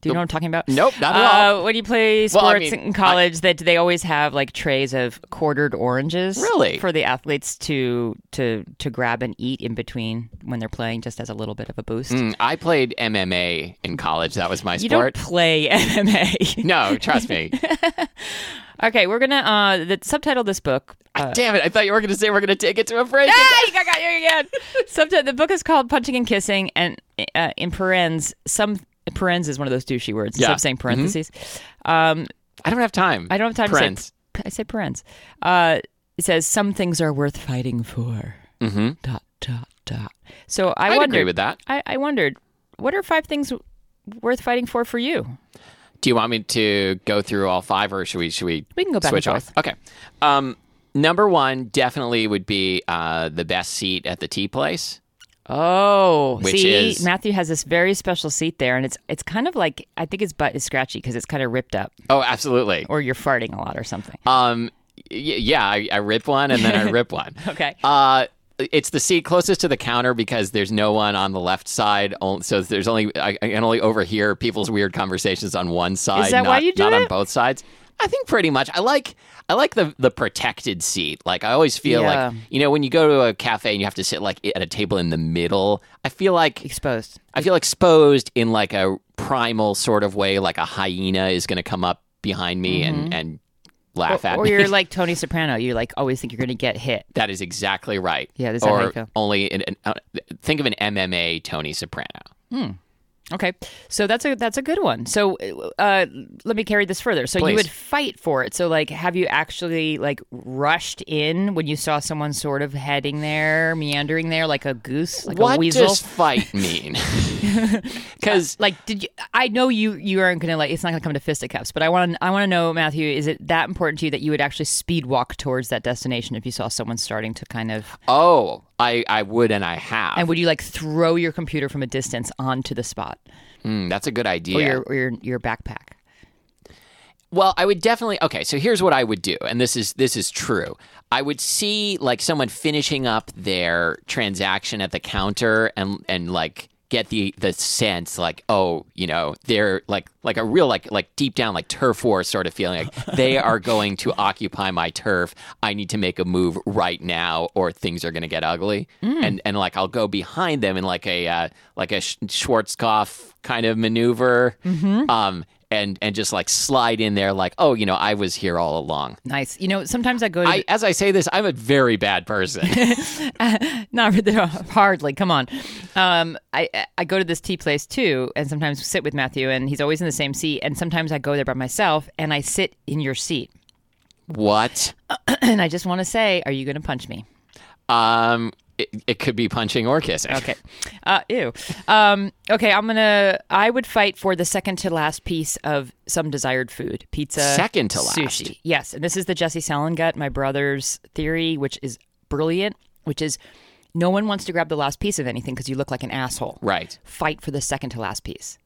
[SPEAKER 2] Do you know what I'm talking about?
[SPEAKER 1] Nope, not at
[SPEAKER 2] uh, all. When you play sports
[SPEAKER 1] Well, I mean,
[SPEAKER 2] in college, that they always have like trays of quartered oranges,
[SPEAKER 1] Really?
[SPEAKER 2] for the athletes to to to grab and eat in between when they're playing, just as a little bit of a boost.
[SPEAKER 1] Mm, I played MMA in college. That was my
[SPEAKER 2] You
[SPEAKER 1] sport.
[SPEAKER 2] don't play MMA.
[SPEAKER 1] No, trust me.
[SPEAKER 2] okay, we're gonna uh, the subtitle of this book. Uh,
[SPEAKER 1] Damn it! I thought you were going to say we're going to take it to a break.
[SPEAKER 2] I got you again. Subtitle: The book is called "Punching and Kissing," and uh, in parens, some parens is one of those douchey words. Instead
[SPEAKER 1] Yeah. Mm-hmm.
[SPEAKER 2] of saying parentheses, um,
[SPEAKER 1] I don't have time.
[SPEAKER 2] I don't have time
[SPEAKER 1] Parens.
[SPEAKER 2] to say. I said parens. Uh, it says some things are worth fighting for. Mm-hmm. Dot dot dot. So I
[SPEAKER 1] I'd
[SPEAKER 2] wondered.
[SPEAKER 1] agree with that.
[SPEAKER 2] I, I wondered, what are five things w- worth fighting for for you?
[SPEAKER 1] Do you want me to go through all five, or should we? Should we?
[SPEAKER 2] We can go back
[SPEAKER 1] switch
[SPEAKER 2] and
[SPEAKER 1] off. Okay. Um, number one definitely would be uh, the best seat at the tea place.
[SPEAKER 2] Oh,
[SPEAKER 1] Which
[SPEAKER 2] see,
[SPEAKER 1] is-
[SPEAKER 2] Matthew has this very special seat there, and it's it's kind of like I think his butt is scratchy because it's kind of ripped up,
[SPEAKER 1] Oh, absolutely.
[SPEAKER 2] or you're farting a lot or something.
[SPEAKER 1] Um, y- yeah, I, I rip one and then I rip one.
[SPEAKER 2] Okay.
[SPEAKER 1] Uh, it's the seat closest to the counter because there's no one on the left side. on- So there's only I I can only overhear people's weird conversations on one side.
[SPEAKER 2] that
[SPEAKER 1] not,
[SPEAKER 2] why you do
[SPEAKER 1] not on
[SPEAKER 2] it?
[SPEAKER 1] both sides. I think pretty much. I like I like the the protected seat. Like I always feel
[SPEAKER 2] Yeah.
[SPEAKER 1] like you know when you go to a cafe and you have to sit like at a table in the middle. I feel like
[SPEAKER 2] Exposed.
[SPEAKER 1] I feel exposed in like a primal sort of way. Like a hyena is going to come up behind me and and laugh at
[SPEAKER 2] Mm-hmm. Or
[SPEAKER 1] me.
[SPEAKER 2] you're like Tony Soprano. You like always think you're going to get hit.
[SPEAKER 1] That is exactly right.
[SPEAKER 2] Yeah, this is how I
[SPEAKER 1] or
[SPEAKER 2] feel.
[SPEAKER 1] only in, in- uh, think of an MMA Tony Soprano.
[SPEAKER 2] Okay, so that's a that's a good one. So uh, let me carry this further. So
[SPEAKER 1] Please.
[SPEAKER 2] you would fight for it. So like, have you actually like rushed in when you saw someone sort of heading there, meandering there, like a goose, like
[SPEAKER 1] what
[SPEAKER 2] a weasel? Uh,
[SPEAKER 1] does fight mean? Because
[SPEAKER 2] like did you i know you you aren't gonna like it's not gonna come to fisticuffs but i want i want to know matthew is it that important to you that you would actually speed walk towards that destination if you saw someone starting to kind of
[SPEAKER 1] oh, I I would and I have.
[SPEAKER 2] and would you like throw your computer from a distance onto the spot
[SPEAKER 1] Mm, that's a good idea.
[SPEAKER 2] or your or your, your backpack
[SPEAKER 1] Well, I would definitely. Okay, so here's what I would do, and this is this is true. I would see like someone finishing up their transaction at the counter, and and like get the the sense like oh you know they're like like a real like like deep down like turf war sort of feeling like they are going to occupy my turf i need to make a move right now or things are going to get ugly and and like i'll go behind them in like a uh, like a Sch- schwarzkopf kind of maneuver um and and just like slide in there like oh you know i was here all along
[SPEAKER 2] nice you know sometimes i go to
[SPEAKER 1] I, as I say this, I'm a very bad person.
[SPEAKER 2] not really, hardly. Come on, um, I I go to this tea place too, and sometimes sit with Matthew, and he's always in the same seat. And sometimes I go there by myself, and I sit in your seat,
[SPEAKER 1] what?
[SPEAKER 2] and I just want to say, are you going to punch me?
[SPEAKER 1] Um, it, it could be punching or kissing.
[SPEAKER 2] Okay. Uh, ew. Um, okay, I'm gonna. I would fight for the second to last piece of some desired food, pizza.
[SPEAKER 1] Second to last.
[SPEAKER 2] sushi. Yes, and this is the Jesse Salengut, my brother's theory, which is brilliant. Which is, no one wants to grab the last piece of anything because you look like an asshole.
[SPEAKER 1] Right.
[SPEAKER 2] Fight for the second to last piece.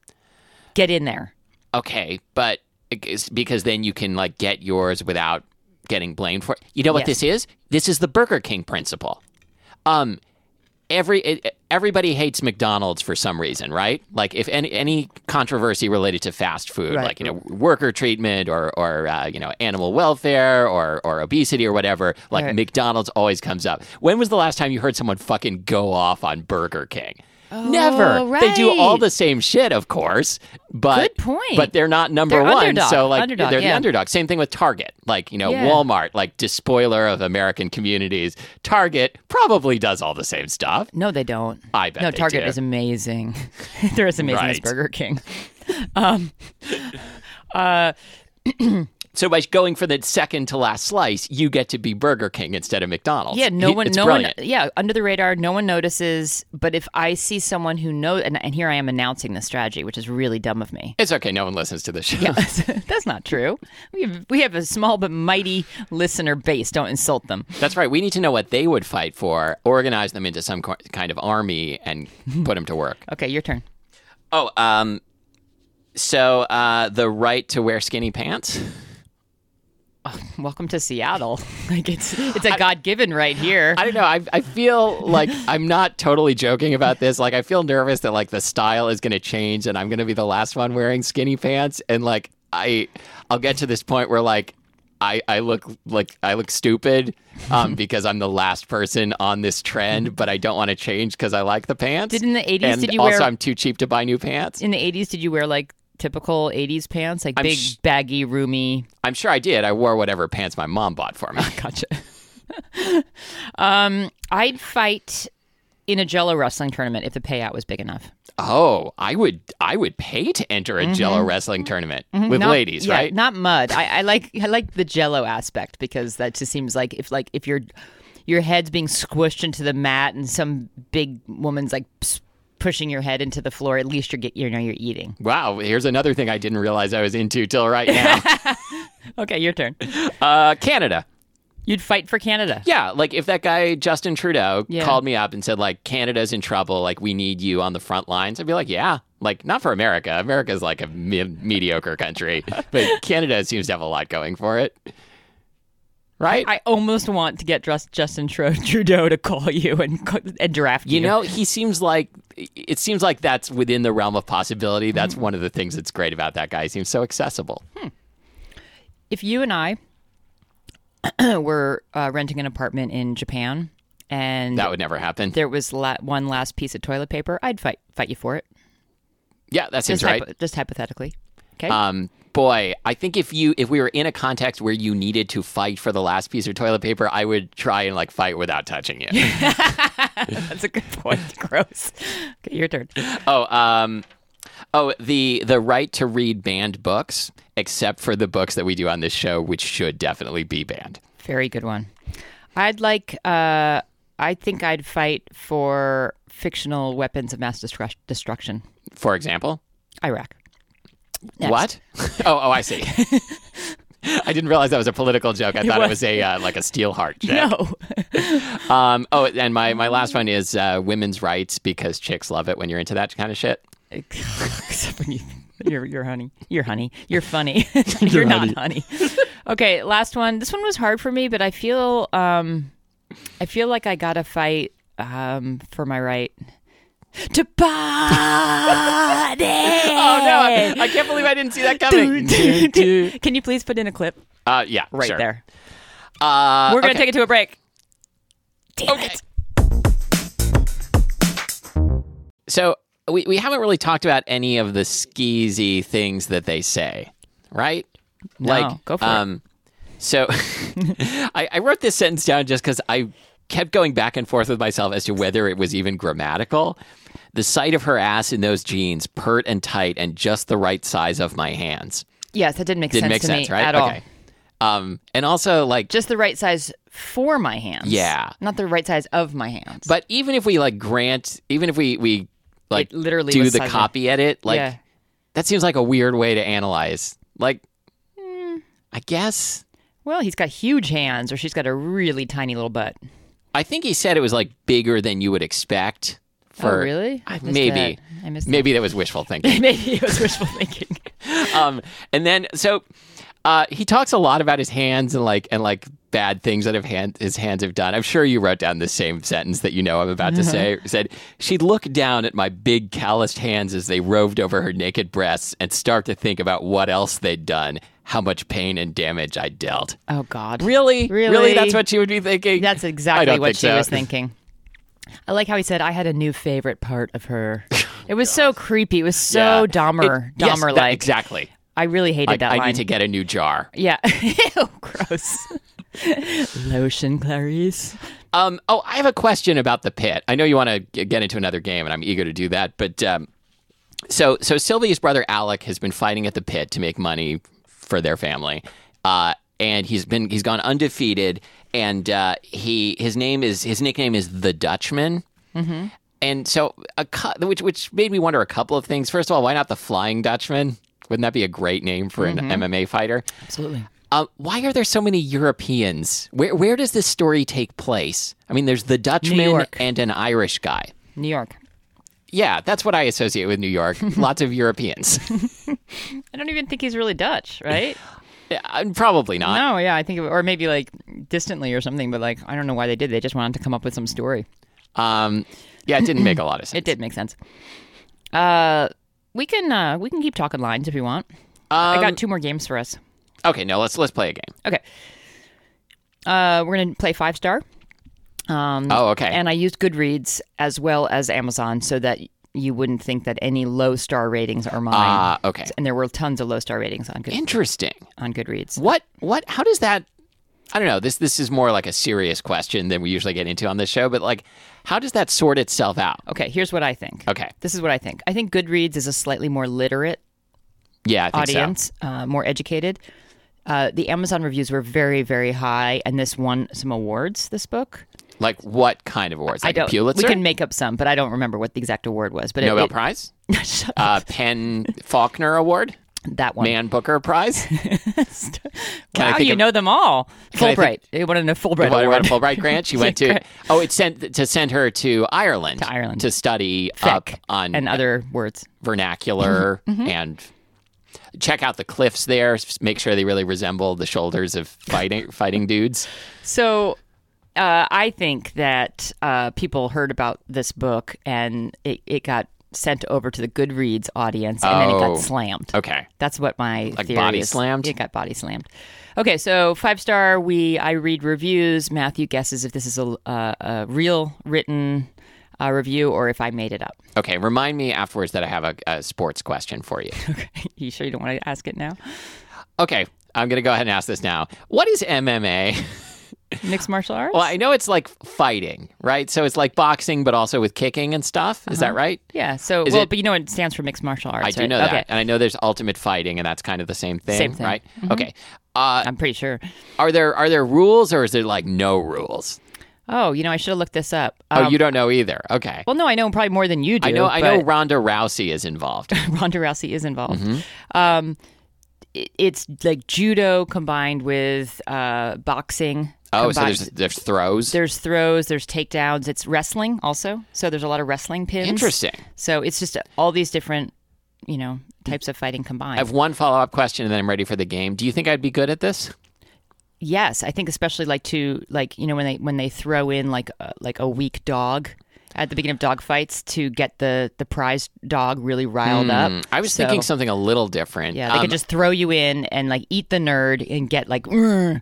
[SPEAKER 2] Get in there.
[SPEAKER 1] Okay, but it's because then you can like get yours without getting blamed for it. You know what
[SPEAKER 2] Yes.
[SPEAKER 1] this is? This is the Burger King principle. Um, every it, everybody hates McDonald's for some reason, right? Like if any any controversy related to fast food,
[SPEAKER 2] Right.
[SPEAKER 1] like you know worker treatment or or uh, you know animal welfare or or obesity or whatever, like
[SPEAKER 2] Right.
[SPEAKER 1] McDonald's always comes up. When was the last time you heard someone fucking go off on Burger King? Never. They do all
[SPEAKER 2] right.
[SPEAKER 1] the same shit, of course, but
[SPEAKER 2] Good point.
[SPEAKER 1] But they're not number
[SPEAKER 2] They're
[SPEAKER 1] one,
[SPEAKER 2] underdog.
[SPEAKER 1] so like
[SPEAKER 2] Underdog,
[SPEAKER 1] they're the
[SPEAKER 2] yeah.
[SPEAKER 1] underdog. Same thing with Target, like you know
[SPEAKER 2] Yeah.
[SPEAKER 1] Walmart, like despoiler of American communities. Target probably does all the same stuff.
[SPEAKER 2] No, they don't.
[SPEAKER 1] I bet
[SPEAKER 2] No,
[SPEAKER 1] they
[SPEAKER 2] Target
[SPEAKER 1] do.
[SPEAKER 2] is amazing. They're as amazing as
[SPEAKER 1] Right.
[SPEAKER 2] Burger King.
[SPEAKER 1] So by going for the second to last slice, you get to be Burger King instead of McDonald's.
[SPEAKER 2] Yeah, no
[SPEAKER 1] He-
[SPEAKER 2] one,
[SPEAKER 1] it's
[SPEAKER 2] no
[SPEAKER 1] brilliant.
[SPEAKER 2] one, yeah, under the radar, no one notices. But if I see someone who knows, and, and here I am announcing the strategy, which is really dumb of me.
[SPEAKER 1] It's okay. No one listens to this show.
[SPEAKER 2] That's not true. We have, we have a small but mighty listener base. Don't insult them.
[SPEAKER 1] That's right. We need to know what they would fight for. Organize them into some co- kind of army and put them to work.
[SPEAKER 2] Okay, your turn.
[SPEAKER 1] Oh, um, so uh, the right to wear skinny pants.
[SPEAKER 2] Welcome to Seattle. Like it's it's a God given right here.
[SPEAKER 1] I don't know. I, I feel like I'm not totally joking about this. Like I feel nervous that like the style is going to change and I'm going to be the last one wearing skinny pants. And like I, I'll get to this point where like I I look like I look stupid um, because I'm the last person on this trend, but I don't want to change because I like the pants.
[SPEAKER 2] Did in the 80s,
[SPEAKER 1] And
[SPEAKER 2] did you
[SPEAKER 1] also
[SPEAKER 2] wear-
[SPEAKER 1] I'm too cheap to buy new pants.
[SPEAKER 2] In the eighties, did you wear like typical eighties pants, like big,
[SPEAKER 1] sh-
[SPEAKER 2] baggy, roomy?
[SPEAKER 1] I'm sure I did. I wore whatever pants my mom bought for me.
[SPEAKER 2] Gotcha. um, I'd fight in a Jello wrestling tournament if the payout was big enough.
[SPEAKER 1] Oh, I would I would pay to enter a Jello wrestling tournament with
[SPEAKER 2] Mm-hmm. Not-
[SPEAKER 1] ladies,
[SPEAKER 2] yeah,
[SPEAKER 1] right?
[SPEAKER 2] Not mud. I, I like I like the jello aspect because that just seems like if like if your your head's being squished into the mat and some big woman's like s- pushing your head into the floor, at least you're get you know you're eating.
[SPEAKER 1] Wow, here's another thing I didn't realize I was into till right now.
[SPEAKER 2] Okay, your turn.
[SPEAKER 1] uh, Canada.
[SPEAKER 2] You'd fight for Canada.
[SPEAKER 1] Yeah, like if that guy Justin Trudeau
[SPEAKER 2] Yeah.
[SPEAKER 1] called me up and said like Canada's in trouble, like we need you on the front lines, I'd be like, yeah, like not for America. America's like a me- mediocre country, but Canada seems to have a lot going for it, right?
[SPEAKER 2] I almost want to get dress- Justin Tru- Trudeau to call you and, co- and draft you.
[SPEAKER 1] you know, he seems like it seems like that's within the realm of possibility. That's
[SPEAKER 2] Mm-hmm.
[SPEAKER 1] one of the things that's great about that guy. He seems so accessible.
[SPEAKER 2] if you and I were uh, renting an apartment in Japan and
[SPEAKER 1] That would never happen.
[SPEAKER 2] Hmm. there was la- one last piece of toilet paper, I'd fight fight you for it.
[SPEAKER 1] Yeah, that seems
[SPEAKER 2] Just, Ah.
[SPEAKER 1] right.
[SPEAKER 2] hypo- just hypothetically. Okay.
[SPEAKER 1] Um, boy, I think if you if we were in a context where you needed to fight for the last piece of toilet paper, I would try and like fight without touching it.
[SPEAKER 2] That's a good point. Gross. Okay, your turn.
[SPEAKER 1] oh, um, oh, the the right to read banned books, except for the books that we do on this show, which should definitely be banned.
[SPEAKER 2] Very good one. I'd like. Uh, I think I'd fight for fictional weapons of mass destruct- destruction.
[SPEAKER 1] For example,
[SPEAKER 2] Iraq. Next.
[SPEAKER 1] what? oh, oh, I see. I didn't realize that was a political joke. I thought it
[SPEAKER 2] was.
[SPEAKER 1] was a uh, like a steel heart joke.
[SPEAKER 2] No.
[SPEAKER 1] Um, oh, and my, my last one is uh, women's rights because chicks love it when you're into that kind of shit.
[SPEAKER 2] Except when you, you're, you're honey. You're honey. You're funny. you're not honey. okay, last one. This one was hard for me, but I feel um, I feel like I got to fight um, for my right to party.
[SPEAKER 1] Oh no! I, I can't believe I didn't see that coming.
[SPEAKER 2] Can you please put in a clip
[SPEAKER 1] Uh, yeah,
[SPEAKER 2] right
[SPEAKER 1] sure.
[SPEAKER 2] there?
[SPEAKER 1] Uh,
[SPEAKER 2] We're going to
[SPEAKER 1] okay.
[SPEAKER 2] take it to a break. Damn it.
[SPEAKER 1] So we we haven't really talked about any of the skeezy things that they say, right?
[SPEAKER 2] No, go for it.
[SPEAKER 1] it. So I, I wrote this sentence down just because I kept going back and forth with myself as to whether it was even grammatical. The sight of her ass in those jeans, pert and tight, and just the right size of my hands.
[SPEAKER 2] Yes, that didn't make
[SPEAKER 1] Didn't
[SPEAKER 2] sense
[SPEAKER 1] make
[SPEAKER 2] to
[SPEAKER 1] sense,
[SPEAKER 2] me
[SPEAKER 1] right?
[SPEAKER 2] at all.
[SPEAKER 1] okay. Um, and also like
[SPEAKER 2] Just the right size for my hands.
[SPEAKER 1] Yeah.
[SPEAKER 2] Not the right size of my hands.
[SPEAKER 1] But even if we like grant, even if we we like
[SPEAKER 2] It literally
[SPEAKER 1] do
[SPEAKER 2] was
[SPEAKER 1] the
[SPEAKER 2] silent.
[SPEAKER 1] copy edit, like
[SPEAKER 2] Yeah.
[SPEAKER 1] that seems like a weird way to analyze. Like, I guess
[SPEAKER 2] Well, he's got huge hands, or she's got a really tiny little butt.
[SPEAKER 1] I think he said it was like bigger than you would expect. For
[SPEAKER 2] oh, really?
[SPEAKER 1] I-
[SPEAKER 2] I missed
[SPEAKER 1] maybe
[SPEAKER 2] that. I missed that.
[SPEAKER 1] maybe that was wishful thinking.
[SPEAKER 2] Maybe it was wishful thinking.
[SPEAKER 1] um, and then so uh, he talks a lot about his hands and like and like bad things that have hand, his hands have done. I'm sure you wrote down the same sentence that you know I'm about to
[SPEAKER 2] Mm-hmm.
[SPEAKER 1] say. It Said she looked down at my big calloused hands as they roved over her naked breasts and start to think about what else they'd done, how much pain and damage I dealt.
[SPEAKER 2] Oh God!
[SPEAKER 1] Really,
[SPEAKER 2] Really?
[SPEAKER 1] that's what she would be thinking.
[SPEAKER 2] That's
[SPEAKER 1] I
[SPEAKER 2] exactly
[SPEAKER 1] don't
[SPEAKER 2] what
[SPEAKER 1] think
[SPEAKER 2] she
[SPEAKER 1] so.
[SPEAKER 2] was thinking. I like how he said, "I had a new favorite part of her." It was so creepy. It was so
[SPEAKER 1] Yeah.
[SPEAKER 2] Dahmer,
[SPEAKER 1] It- yes,
[SPEAKER 2] Dahmer
[SPEAKER 1] that-
[SPEAKER 2] like.
[SPEAKER 1] exactly.
[SPEAKER 2] I really hated
[SPEAKER 1] Like,
[SPEAKER 2] that
[SPEAKER 1] I
[SPEAKER 2] line.
[SPEAKER 1] need to get a new jar.
[SPEAKER 2] yeah. Ew, gross. Lotion, Clarice.
[SPEAKER 1] Um, oh, I have a question about the pit. I know you want to get into another game, and I'm eager to do that. But um, so, so Sylvia's brother Alec has been fighting at the pit to make money for their family, uh, and he's been he's gone undefeated. And uh, he his name is his nickname is the Dutchman. And so, a cou- which which made me wonder a couple of things. First of all, why not the Flying Dutchman? Wouldn't that be a great name for an MMA fighter?
[SPEAKER 2] Absolutely.
[SPEAKER 1] Uh, why are there so many Europeans? Where where does this story take place? I mean, there's the Dutchman
[SPEAKER 2] York.
[SPEAKER 1] and an Irish guy.
[SPEAKER 2] New York.
[SPEAKER 1] Yeah, that's what I associate with New York. Lots of Europeans.
[SPEAKER 2] I don't even think he's really Dutch, right?
[SPEAKER 1] Yeah, I'm probably not.
[SPEAKER 2] No, yeah, I think, it, or maybe like distantly or something, but like I don't know why they did. They just wanted to come up with some story.
[SPEAKER 1] Um, yeah, it didn't make a lot of sense.
[SPEAKER 2] It did make sense. Uh, we can uh, we can keep talking lines if you want. I
[SPEAKER 1] Um,
[SPEAKER 2] got two more games for us.
[SPEAKER 1] Okay, no, let's let's play a game.
[SPEAKER 2] Okay, uh, we're gonna play five star, Um,
[SPEAKER 1] Oh, okay.
[SPEAKER 2] Mm-hmm. and I used Goodreads as well as Amazon so that you wouldn't think that any low star ratings are mine.
[SPEAKER 1] Ah, okay.
[SPEAKER 2] And there were tons of low star ratings on Good,
[SPEAKER 1] Interesting.
[SPEAKER 2] on Goodreads.
[SPEAKER 1] What what? How does that? I don't know. This this is more like a serious question than we usually get into on this show. But like, how does that sort itself out?
[SPEAKER 2] Okay, here's what I think.
[SPEAKER 1] Okay.
[SPEAKER 2] This is what I think. I think Goodreads is a slightly more literate
[SPEAKER 1] Yeah, I think so.
[SPEAKER 2] audience, uh, more educated. Uh, the Amazon reviews were very, very high, and this won some awards. This book,
[SPEAKER 1] Like, what kind of awards? Like
[SPEAKER 2] I don't.
[SPEAKER 1] a Pulitzer,
[SPEAKER 2] We can make up some, but I don't remember what the exact award was. But it,
[SPEAKER 1] Nobel
[SPEAKER 2] it-
[SPEAKER 1] Prize,
[SPEAKER 2] Shut up.
[SPEAKER 1] uh, Penn Faulkner Award.
[SPEAKER 2] That one.
[SPEAKER 1] Man Booker Prize. I
[SPEAKER 2] wow,
[SPEAKER 1] think
[SPEAKER 2] you
[SPEAKER 1] of-
[SPEAKER 2] know them all.
[SPEAKER 1] I
[SPEAKER 2] Fulbright.
[SPEAKER 1] think-
[SPEAKER 2] They won a Fulbright
[SPEAKER 1] What about
[SPEAKER 2] Award.
[SPEAKER 1] a Fulbright grant? She went to oh, it sent to send her to Ireland to
[SPEAKER 2] Ireland.
[SPEAKER 1] to study up
[SPEAKER 2] Feck
[SPEAKER 1] on
[SPEAKER 2] and other Mm-hmm. words.
[SPEAKER 1] vernacular and check out the cliffs there. s- Make sure they really resemble the shoulders of fighting fighting dudes.
[SPEAKER 2] So uh, I think that uh, people heard about this book and it, it got sent over to the Goodreads audience and then it
[SPEAKER 1] Oh.
[SPEAKER 2] got slammed.
[SPEAKER 1] Okay,
[SPEAKER 2] That's what my
[SPEAKER 1] Like
[SPEAKER 2] theory
[SPEAKER 1] body
[SPEAKER 2] is.
[SPEAKER 1] slammed?
[SPEAKER 2] It got body slammed. Okay, so five star. We I read reviews. Matthew guesses if this is a, uh, a real written uh, review or if I made it up.
[SPEAKER 1] okay. Remind me afterwards that I have a, a sports question for you.
[SPEAKER 2] you sure you don't want to ask it now?
[SPEAKER 1] Okay, I'm gonna go ahead and ask this now. What is MMA?
[SPEAKER 2] Mixed martial arts.
[SPEAKER 1] Well, I know it's like fighting, right? So it's like boxing, but also with kicking and stuff. Is
[SPEAKER 2] Uh-huh.
[SPEAKER 1] that right?
[SPEAKER 2] yeah. So well,
[SPEAKER 1] it-
[SPEAKER 2] but you know it stands for mixed martial arts.
[SPEAKER 1] I do
[SPEAKER 2] right?
[SPEAKER 1] know
[SPEAKER 2] okay.
[SPEAKER 1] that, and I know there's ultimate fighting, and that's kind of the same thing,
[SPEAKER 2] Same thing. Mm-hmm.
[SPEAKER 1] right? Okay. Uh,
[SPEAKER 2] I'm pretty sure.
[SPEAKER 1] are there are there rules, or is there like no rules?
[SPEAKER 2] Oh, you know I should have looked this up. Um,
[SPEAKER 1] oh, you don't know either. Okay.
[SPEAKER 2] well, no, I know probably more than you do.
[SPEAKER 1] I know. I
[SPEAKER 2] but-
[SPEAKER 1] know Ronda Rousey is involved.
[SPEAKER 2] Ronda Rousey is involved.
[SPEAKER 1] Mm-hmm.
[SPEAKER 2] Um, it- it's like judo combined with uh, boxing.
[SPEAKER 1] Oh,
[SPEAKER 2] combined.
[SPEAKER 1] so there's there's throws.
[SPEAKER 2] there's throws, there's takedowns. It's wrestling also. So there's a lot of wrestling pins.
[SPEAKER 1] Interesting.
[SPEAKER 2] So it's just all these different, you know, types of fighting
[SPEAKER 1] I
[SPEAKER 2] combined.
[SPEAKER 1] have one follow up question, and then I'm ready for the game. Do you think I'd be good at this?
[SPEAKER 2] yes, I think especially like to like you know when they when they throw in like uh, like a weak dog at the beginning of dog fights to get the the prize dog really riled up.
[SPEAKER 1] Hmm, I was
[SPEAKER 2] So-
[SPEAKER 1] thinking something a little different.
[SPEAKER 2] Yeah, they
[SPEAKER 1] Um,
[SPEAKER 2] could just throw you in and like eat the nerd and get like. "Urgh."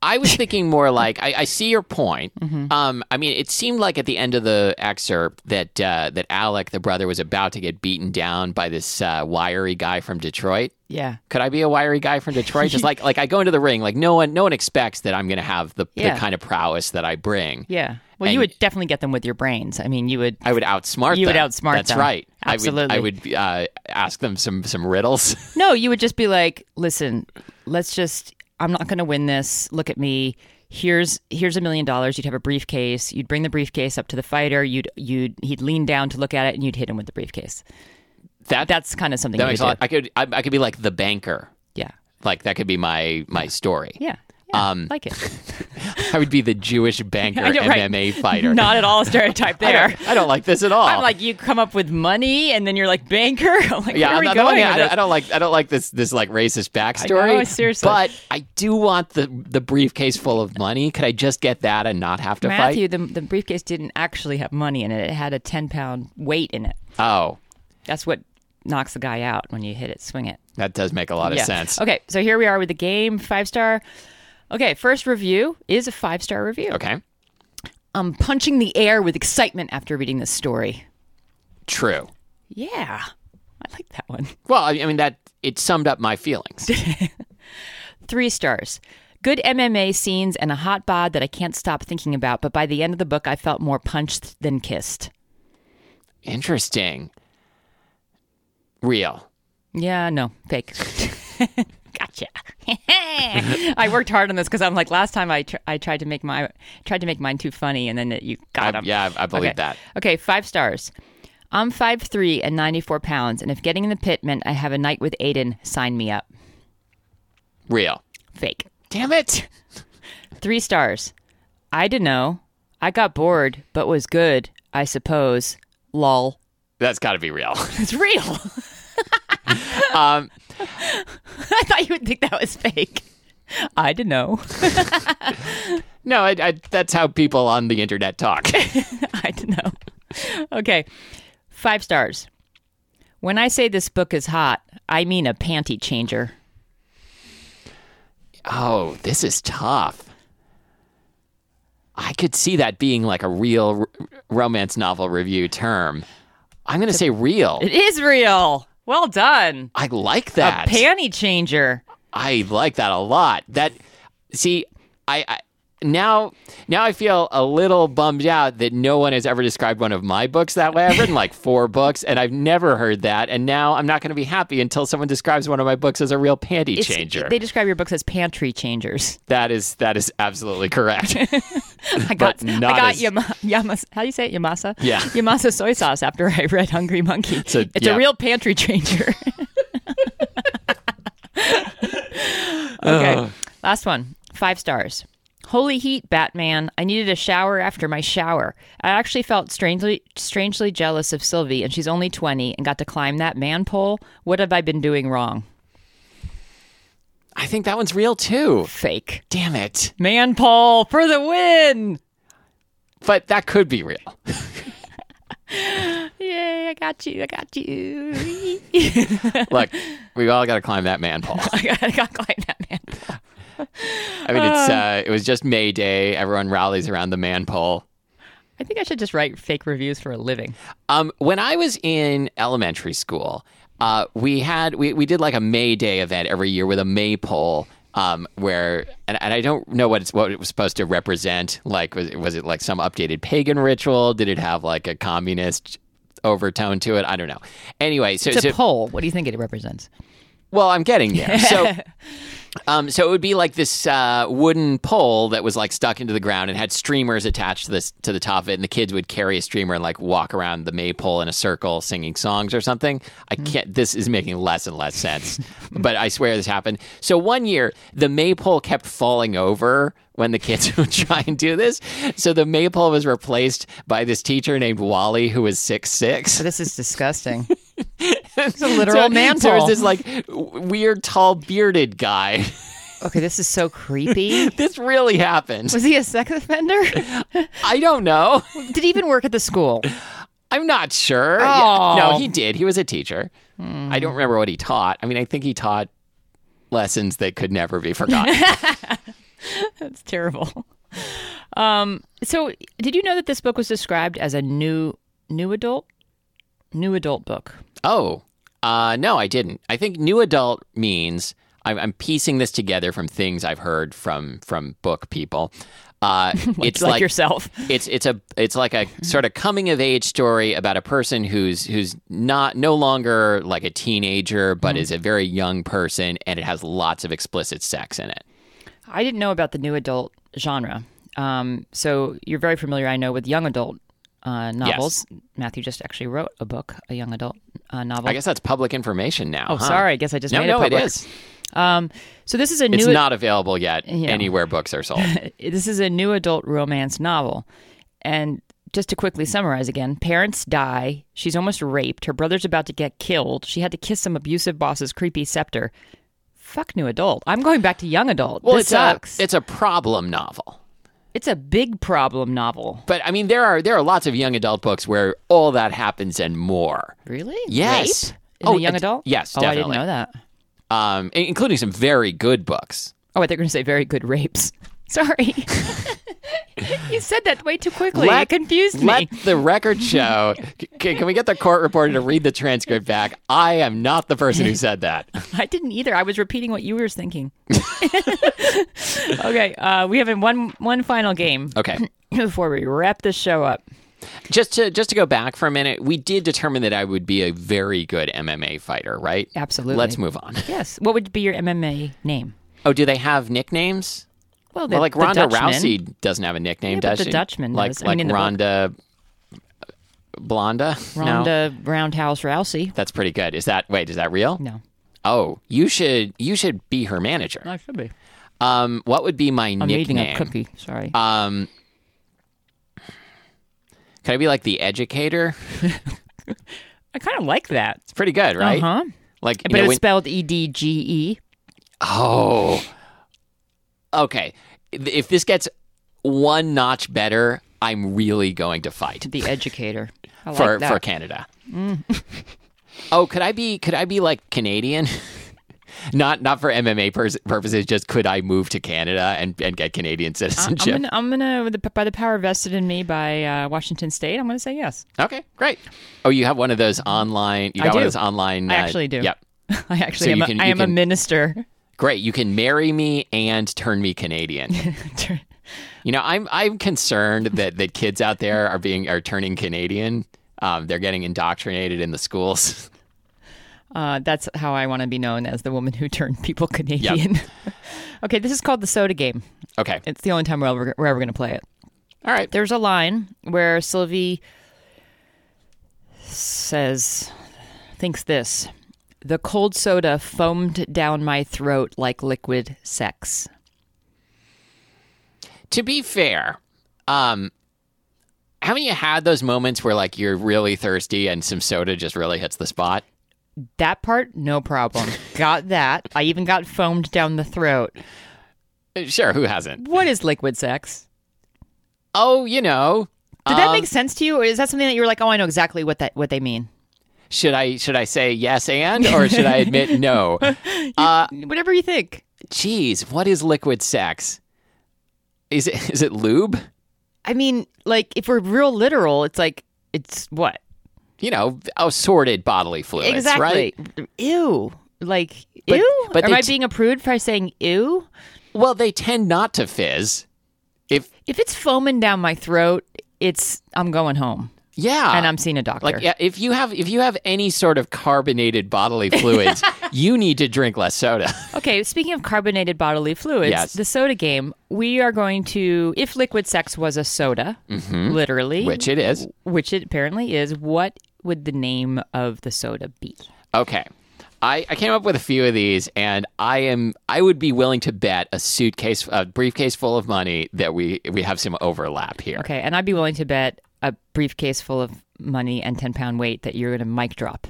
[SPEAKER 1] I was thinking more like I, I see your point.
[SPEAKER 2] Mm-hmm.
[SPEAKER 1] Um, I mean, it seemed like at the end of the excerpt that uh, that Alec, the brother, was about to get beaten down by this uh, wiry guy from Detroit.
[SPEAKER 2] Yeah.
[SPEAKER 1] Could I be a wiry guy from Detroit? Just like like I go into the ring, like no one no one expects that I'm going to have the,
[SPEAKER 2] Yeah.
[SPEAKER 1] the kind of prowess that I bring.
[SPEAKER 2] Yeah. Well, you
[SPEAKER 1] And-
[SPEAKER 2] would definitely get them with your brains. I mean, you would.
[SPEAKER 1] I would outsmart.
[SPEAKER 2] You would
[SPEAKER 1] them.
[SPEAKER 2] outsmart
[SPEAKER 1] That's
[SPEAKER 2] them.
[SPEAKER 1] right. I
[SPEAKER 2] Absolutely.
[SPEAKER 1] would, I would uh, ask them some some riddles.
[SPEAKER 2] No, you would just be like, "Listen, let's just. I'm not going to win this. Look at me. Here's here's a million dollars. You'd have a briefcase. You'd bring the briefcase up to the fighter. You'd you'd he'd lean down to look at it, and you'd hit him with the briefcase.
[SPEAKER 1] That that,
[SPEAKER 2] That's kind of something.
[SPEAKER 1] that
[SPEAKER 2] you
[SPEAKER 1] makes a lot.
[SPEAKER 2] would do.
[SPEAKER 1] I could I, I could be like the banker.
[SPEAKER 2] Yeah.
[SPEAKER 1] Like that could be my my story.
[SPEAKER 2] Yeah. Yeah.
[SPEAKER 1] Um,
[SPEAKER 2] like it.
[SPEAKER 1] I would be the Jewish banker
[SPEAKER 2] I know, right.
[SPEAKER 1] MMA fighter.
[SPEAKER 2] Not at all a stereotype
[SPEAKER 1] I Oh.
[SPEAKER 2] there.
[SPEAKER 1] don't, I don't like this at all.
[SPEAKER 2] I'm like, you come up with money, and then you're like banker. I'm like,
[SPEAKER 1] yeah,
[SPEAKER 2] where are
[SPEAKER 1] on
[SPEAKER 2] we
[SPEAKER 1] the other
[SPEAKER 2] going?
[SPEAKER 1] hand, I,
[SPEAKER 2] with
[SPEAKER 1] don't,
[SPEAKER 2] this?
[SPEAKER 1] I don't like I don't like this this like racist backstory.
[SPEAKER 2] know, seriously.
[SPEAKER 1] But I do want the the briefcase full of money. Could I just get that and not have to
[SPEAKER 2] Matthew, the, the briefcase didn't actually have money in it. It had a 10 pound weight in it.
[SPEAKER 1] fight? Oh,
[SPEAKER 2] That's what knocks the guy out when you hit it, swing it.
[SPEAKER 1] that does make a lot of
[SPEAKER 2] Yeah.
[SPEAKER 1] sense.
[SPEAKER 2] Okay, so here we are with the game, five star. Okay, first review is a five star review.
[SPEAKER 1] okay.
[SPEAKER 2] I'm punching the air with excitement after reading this story.
[SPEAKER 1] True.
[SPEAKER 2] Yeah, I like that one.
[SPEAKER 1] Well, I I mean that it summed up my feelings.
[SPEAKER 2] Three stars. Good MMA scenes and a hot bod that I can't stop thinking about, but by the end of the book, I felt more punched than kissed.
[SPEAKER 1] Interesting. Real.
[SPEAKER 2] Yeah, no, fake. gotcha. I worked hard on this because I'm like last time I tr- I tried to make my tried to make mine too funny, and then it, you got
[SPEAKER 1] I-
[SPEAKER 2] them.
[SPEAKER 1] yeah, I, I believe
[SPEAKER 2] okay.
[SPEAKER 1] that.
[SPEAKER 2] Okay, five stars. I'm 5'3 and 94 pounds, and if getting in the pit meant I have a night with Aiden, sign me up.
[SPEAKER 1] Real.
[SPEAKER 2] Fake.
[SPEAKER 1] Damn it.
[SPEAKER 2] Three stars. I don't know. I got bored, but was good, I suppose. Lol.
[SPEAKER 1] That's got to be real.
[SPEAKER 2] It's real. um,
[SPEAKER 1] Um,
[SPEAKER 2] I thought you would think that was fake. I don't know.
[SPEAKER 1] No, I, I, that's how people on the internet talk.
[SPEAKER 2] I don't know. Okay. Five stars. When I say this book is hot, I mean a panty changer.
[SPEAKER 1] oh, this is tough. I could see that being like a real r- romance novel review term. I'm going to say real.
[SPEAKER 2] It is real. Well done.
[SPEAKER 1] I like that.
[SPEAKER 2] A panty changer.
[SPEAKER 1] I like that a lot. That see, I, I now now I feel a little bummed out that no one has ever described one of my books that way. I've written like four books, and I've never heard that. And now I'm not going to be happy until someone describes one of my books as a real panty
[SPEAKER 2] It's-
[SPEAKER 1] changer.
[SPEAKER 2] They describe your books as pantry changers.
[SPEAKER 1] that is that is absolutely correct.
[SPEAKER 2] I got, I
[SPEAKER 1] not
[SPEAKER 2] got
[SPEAKER 1] as-
[SPEAKER 2] yama, yamas, how do you say it? Yamasa?
[SPEAKER 1] Yeah.
[SPEAKER 2] Yamasa soy sauce after I read Hungry Monkey. It's
[SPEAKER 1] a-
[SPEAKER 2] a,
[SPEAKER 1] yeah.
[SPEAKER 2] real pantry changer. Okay. Last one. Five stars. Holy heat, Batman. I needed a shower after my shower. I actually felt strangely strangely jealous of Sylvie and she's only 20 and got to climb that man pole. What have I been doing wrong?
[SPEAKER 1] I think that one's real too.
[SPEAKER 2] Fake.
[SPEAKER 1] Damn it.
[SPEAKER 2] Man pole for the win.
[SPEAKER 1] But that could be real.
[SPEAKER 2] Yay, I got you. I got you.
[SPEAKER 1] Look, we all got to climb that man pole.
[SPEAKER 2] I got, I got to climb that man. pole.
[SPEAKER 1] I mean, it's
[SPEAKER 2] Ah.
[SPEAKER 1] uh, it was just May Day. Everyone rallies around the man pole.
[SPEAKER 2] I think I should just write fake reviews for a living.
[SPEAKER 1] Um, when I was in elementary school, uh, we had we, we did like a May Day event every year with a maypole. Um, where and, and I don't know what it's what it was supposed to represent. Like was was it like some updated pagan ritual? Did it have like a communist overtone to it? I don't know. Anyway, so
[SPEAKER 2] It's
[SPEAKER 1] so,
[SPEAKER 2] a pole. What do you think it represents?
[SPEAKER 1] Well, I'm getting there. So, um, so it would be like this uh, wooden pole that was like stuck into the ground and had streamers attached to this to the top of it, and the kids would carry a streamer and like walk around the maypole in a circle singing songs or something. I can't. This is making less and less sense, but I swear this happened. So one year, the maypole kept falling over when the kids would try and do this. So the maypole was replaced by this teacher named Wally, who was six six.
[SPEAKER 2] Oh, This is disgusting. it's a literal man
[SPEAKER 1] So there's
[SPEAKER 2] pole.
[SPEAKER 1] this like w- weird, tall, bearded guy.
[SPEAKER 2] okay, this is so creepy.
[SPEAKER 1] this really happened.
[SPEAKER 2] Was he a sex offender?
[SPEAKER 1] I don't know.
[SPEAKER 2] Did he even work at the school?
[SPEAKER 1] I'm not sure. Yeah, No, he did. He was a teacher. I don't remember what he taught. I mean, I think he taught lessons that could never be forgotten.
[SPEAKER 2] That's terrible. Um, so, did you know that this book was described as a new new adult new adult book?
[SPEAKER 1] oh, uh, no, I didn't. I think new adult means I'm, I'm piecing this together from things I've heard from from book people. Uh, it's
[SPEAKER 2] like,
[SPEAKER 1] like
[SPEAKER 2] yourself.
[SPEAKER 1] it's it's a it's like a sort of coming of age story about a person who's who's not no longer like a teenager but
[SPEAKER 2] Mm-hmm.
[SPEAKER 1] is a very young person and it has lots of explicit sex in it.
[SPEAKER 2] I didn't know about the new adult genre. Um, so you're very familiar, I know, with young adult uh, novels. Matthew just actually wrote a book, a young adult uh, novel.
[SPEAKER 1] I guess that's public information now.
[SPEAKER 2] oh, sorry. I guess I just
[SPEAKER 1] No,
[SPEAKER 2] made
[SPEAKER 1] no,
[SPEAKER 2] it
[SPEAKER 1] it
[SPEAKER 2] public.
[SPEAKER 1] is.
[SPEAKER 2] Um, so this is a
[SPEAKER 1] It's
[SPEAKER 2] new.
[SPEAKER 1] not available yet
[SPEAKER 2] Yeah.
[SPEAKER 1] anywhere books are sold.
[SPEAKER 2] this is a new adult romance novel. And just to quickly summarize again, parents die. She's almost raped. Her brother's about to get killed. She had to kiss some abusive boss's creepy scepter. Fuck new adult. I'm going back to young adult.
[SPEAKER 1] well,
[SPEAKER 2] this
[SPEAKER 1] it's
[SPEAKER 2] sucks.
[SPEAKER 1] a it's a problem novel.
[SPEAKER 2] it's a big problem novel.
[SPEAKER 1] But I mean there are there are lots of young adult books where all that happens and more.
[SPEAKER 2] Really?
[SPEAKER 1] Yes.
[SPEAKER 2] Rape? In
[SPEAKER 1] Oh,
[SPEAKER 2] a young
[SPEAKER 1] it's-
[SPEAKER 2] adult?
[SPEAKER 1] yes,
[SPEAKER 2] Oh, I
[SPEAKER 1] definitely.
[SPEAKER 2] didn't know that.
[SPEAKER 1] Um in- including some very good books.
[SPEAKER 2] Oh, I thought you were going to say very good rapes. Sorry. you said that way too quickly. it confused
[SPEAKER 1] let
[SPEAKER 2] me.
[SPEAKER 1] the record show. C- can we get the court reporter to read the transcript back? I am not the person who said that.
[SPEAKER 2] I didn't either. I was repeating what you were thinking. okay, uh, we have one one final game
[SPEAKER 1] Okay.
[SPEAKER 2] before we wrap the show up.
[SPEAKER 1] Just to just to go back for a minute, we did determine that I would be a very good MMA fighter, right?
[SPEAKER 2] Absolutely.
[SPEAKER 1] Let's move on.
[SPEAKER 2] Yes. What would be your MMA name?
[SPEAKER 1] Oh, do they have nicknames?
[SPEAKER 2] Well, the,
[SPEAKER 1] Well, like
[SPEAKER 2] the
[SPEAKER 1] Ronda
[SPEAKER 2] Dutchman.
[SPEAKER 1] Rousey doesn't have a nickname,
[SPEAKER 2] Yeah, but
[SPEAKER 1] does
[SPEAKER 2] the
[SPEAKER 1] she?
[SPEAKER 2] Dutchman
[SPEAKER 1] like
[SPEAKER 2] does. I
[SPEAKER 1] like
[SPEAKER 2] mean, in the book.
[SPEAKER 1] Ronda Blonda. No,
[SPEAKER 2] Ronda Roundhouse Rousey.
[SPEAKER 1] that's pretty good. Is that wait? Is that real?
[SPEAKER 2] No,
[SPEAKER 1] Oh, you should you should be her manager.
[SPEAKER 2] I should be.
[SPEAKER 1] Um, what would be my
[SPEAKER 2] I'm eating a
[SPEAKER 1] nickname?
[SPEAKER 2] cookie. Sorry.
[SPEAKER 1] Um, could I be like the educator?
[SPEAKER 2] I kind of like that.
[SPEAKER 1] It's pretty good, right?
[SPEAKER 2] Uh huh.
[SPEAKER 1] Like, you
[SPEAKER 2] But
[SPEAKER 1] know,
[SPEAKER 2] it's
[SPEAKER 1] when-
[SPEAKER 2] spelled E D G E.
[SPEAKER 1] oh, okay. If this gets one notch better, I'm really going to fight
[SPEAKER 2] The educator. I like
[SPEAKER 1] for
[SPEAKER 2] that. Mm.
[SPEAKER 1] for Canada. oh, could I be? Could I be like Canadian? not not for MMA pers- purposes. Just could I move to Canada and, and get Canadian
[SPEAKER 2] Uh, I'm
[SPEAKER 1] citizenship?
[SPEAKER 2] gonna, I'm gonna with the, by the power vested in me by uh, Washington State. I'm gonna say yes.
[SPEAKER 1] Okay, great. Oh, you have one of those online. You got one
[SPEAKER 2] do.
[SPEAKER 1] of those online.
[SPEAKER 2] I
[SPEAKER 1] uh,
[SPEAKER 2] actually do.
[SPEAKER 1] Yep.
[SPEAKER 2] I actually
[SPEAKER 1] So
[SPEAKER 2] am.
[SPEAKER 1] you
[SPEAKER 2] A,
[SPEAKER 1] can-
[SPEAKER 2] I
[SPEAKER 1] you
[SPEAKER 2] am a
[SPEAKER 1] can-
[SPEAKER 2] minister.
[SPEAKER 1] Great, you can marry me and turn me Canadian. you know, I'm I'm concerned that that kids out there are being are turning Canadian. Um, they're getting indoctrinated in the schools.
[SPEAKER 2] Uh, that's how I want to be known as the woman who turned people Canadian. okay, this is called the soda game.
[SPEAKER 1] okay,
[SPEAKER 2] It's the only time we're ever, we're ever gonna play it.
[SPEAKER 1] all right.
[SPEAKER 2] There's a line where Sylvie says, thinks this. The cold soda foamed down my throat like liquid sex.
[SPEAKER 1] To be fair, um, haven't you had those moments where like you're really thirsty and some soda just really hits the spot?
[SPEAKER 2] That part, no problem. got that. I even got foamed down the throat.
[SPEAKER 1] Uh, Sure, who hasn't?
[SPEAKER 2] What is liquid sex?
[SPEAKER 1] Oh, you know. um,
[SPEAKER 2] Did that make sense to you? Or is that something that you were like, oh, I know exactly what that what they mean?
[SPEAKER 1] Should I should I say yes and or should I admit no? Uh,
[SPEAKER 2] Whatever you think.
[SPEAKER 1] Jeez, what is liquid sex? Is it is it lube?
[SPEAKER 2] I mean, like if we're real literal, it's like it's what
[SPEAKER 1] You know, assorted bodily fluids, right?
[SPEAKER 2] exactly? Ew. Like
[SPEAKER 1] But-
[SPEAKER 2] ew.
[SPEAKER 1] but
[SPEAKER 2] Am
[SPEAKER 1] they
[SPEAKER 2] I
[SPEAKER 1] t-
[SPEAKER 2] being a prude for saying ew?
[SPEAKER 1] Well, they tend not to fizz. If
[SPEAKER 2] If it's foaming down my throat, it's I'm going home
[SPEAKER 1] yeah,
[SPEAKER 2] and I'm seeing a doctor.
[SPEAKER 1] Uh, like yeah, if you have if you have any sort of carbonated bodily fluids, you need to drink less soda.
[SPEAKER 2] Okay, speaking of carbonated bodily fluids,
[SPEAKER 1] Yes.
[SPEAKER 2] the soda game, we are going to if liquid sex was a soda, literally,
[SPEAKER 1] Mm-hmm. Which it is.
[SPEAKER 2] which it apparently is, what would the name of the soda be?
[SPEAKER 1] Okay. I, I came up with a few of these and I am I would be willing to bet a suitcase a briefcase full of money that we we have some overlap here.
[SPEAKER 2] Okay, and I'd be willing to bet a briefcase full of money and 10 pound weight that you're going to mic drop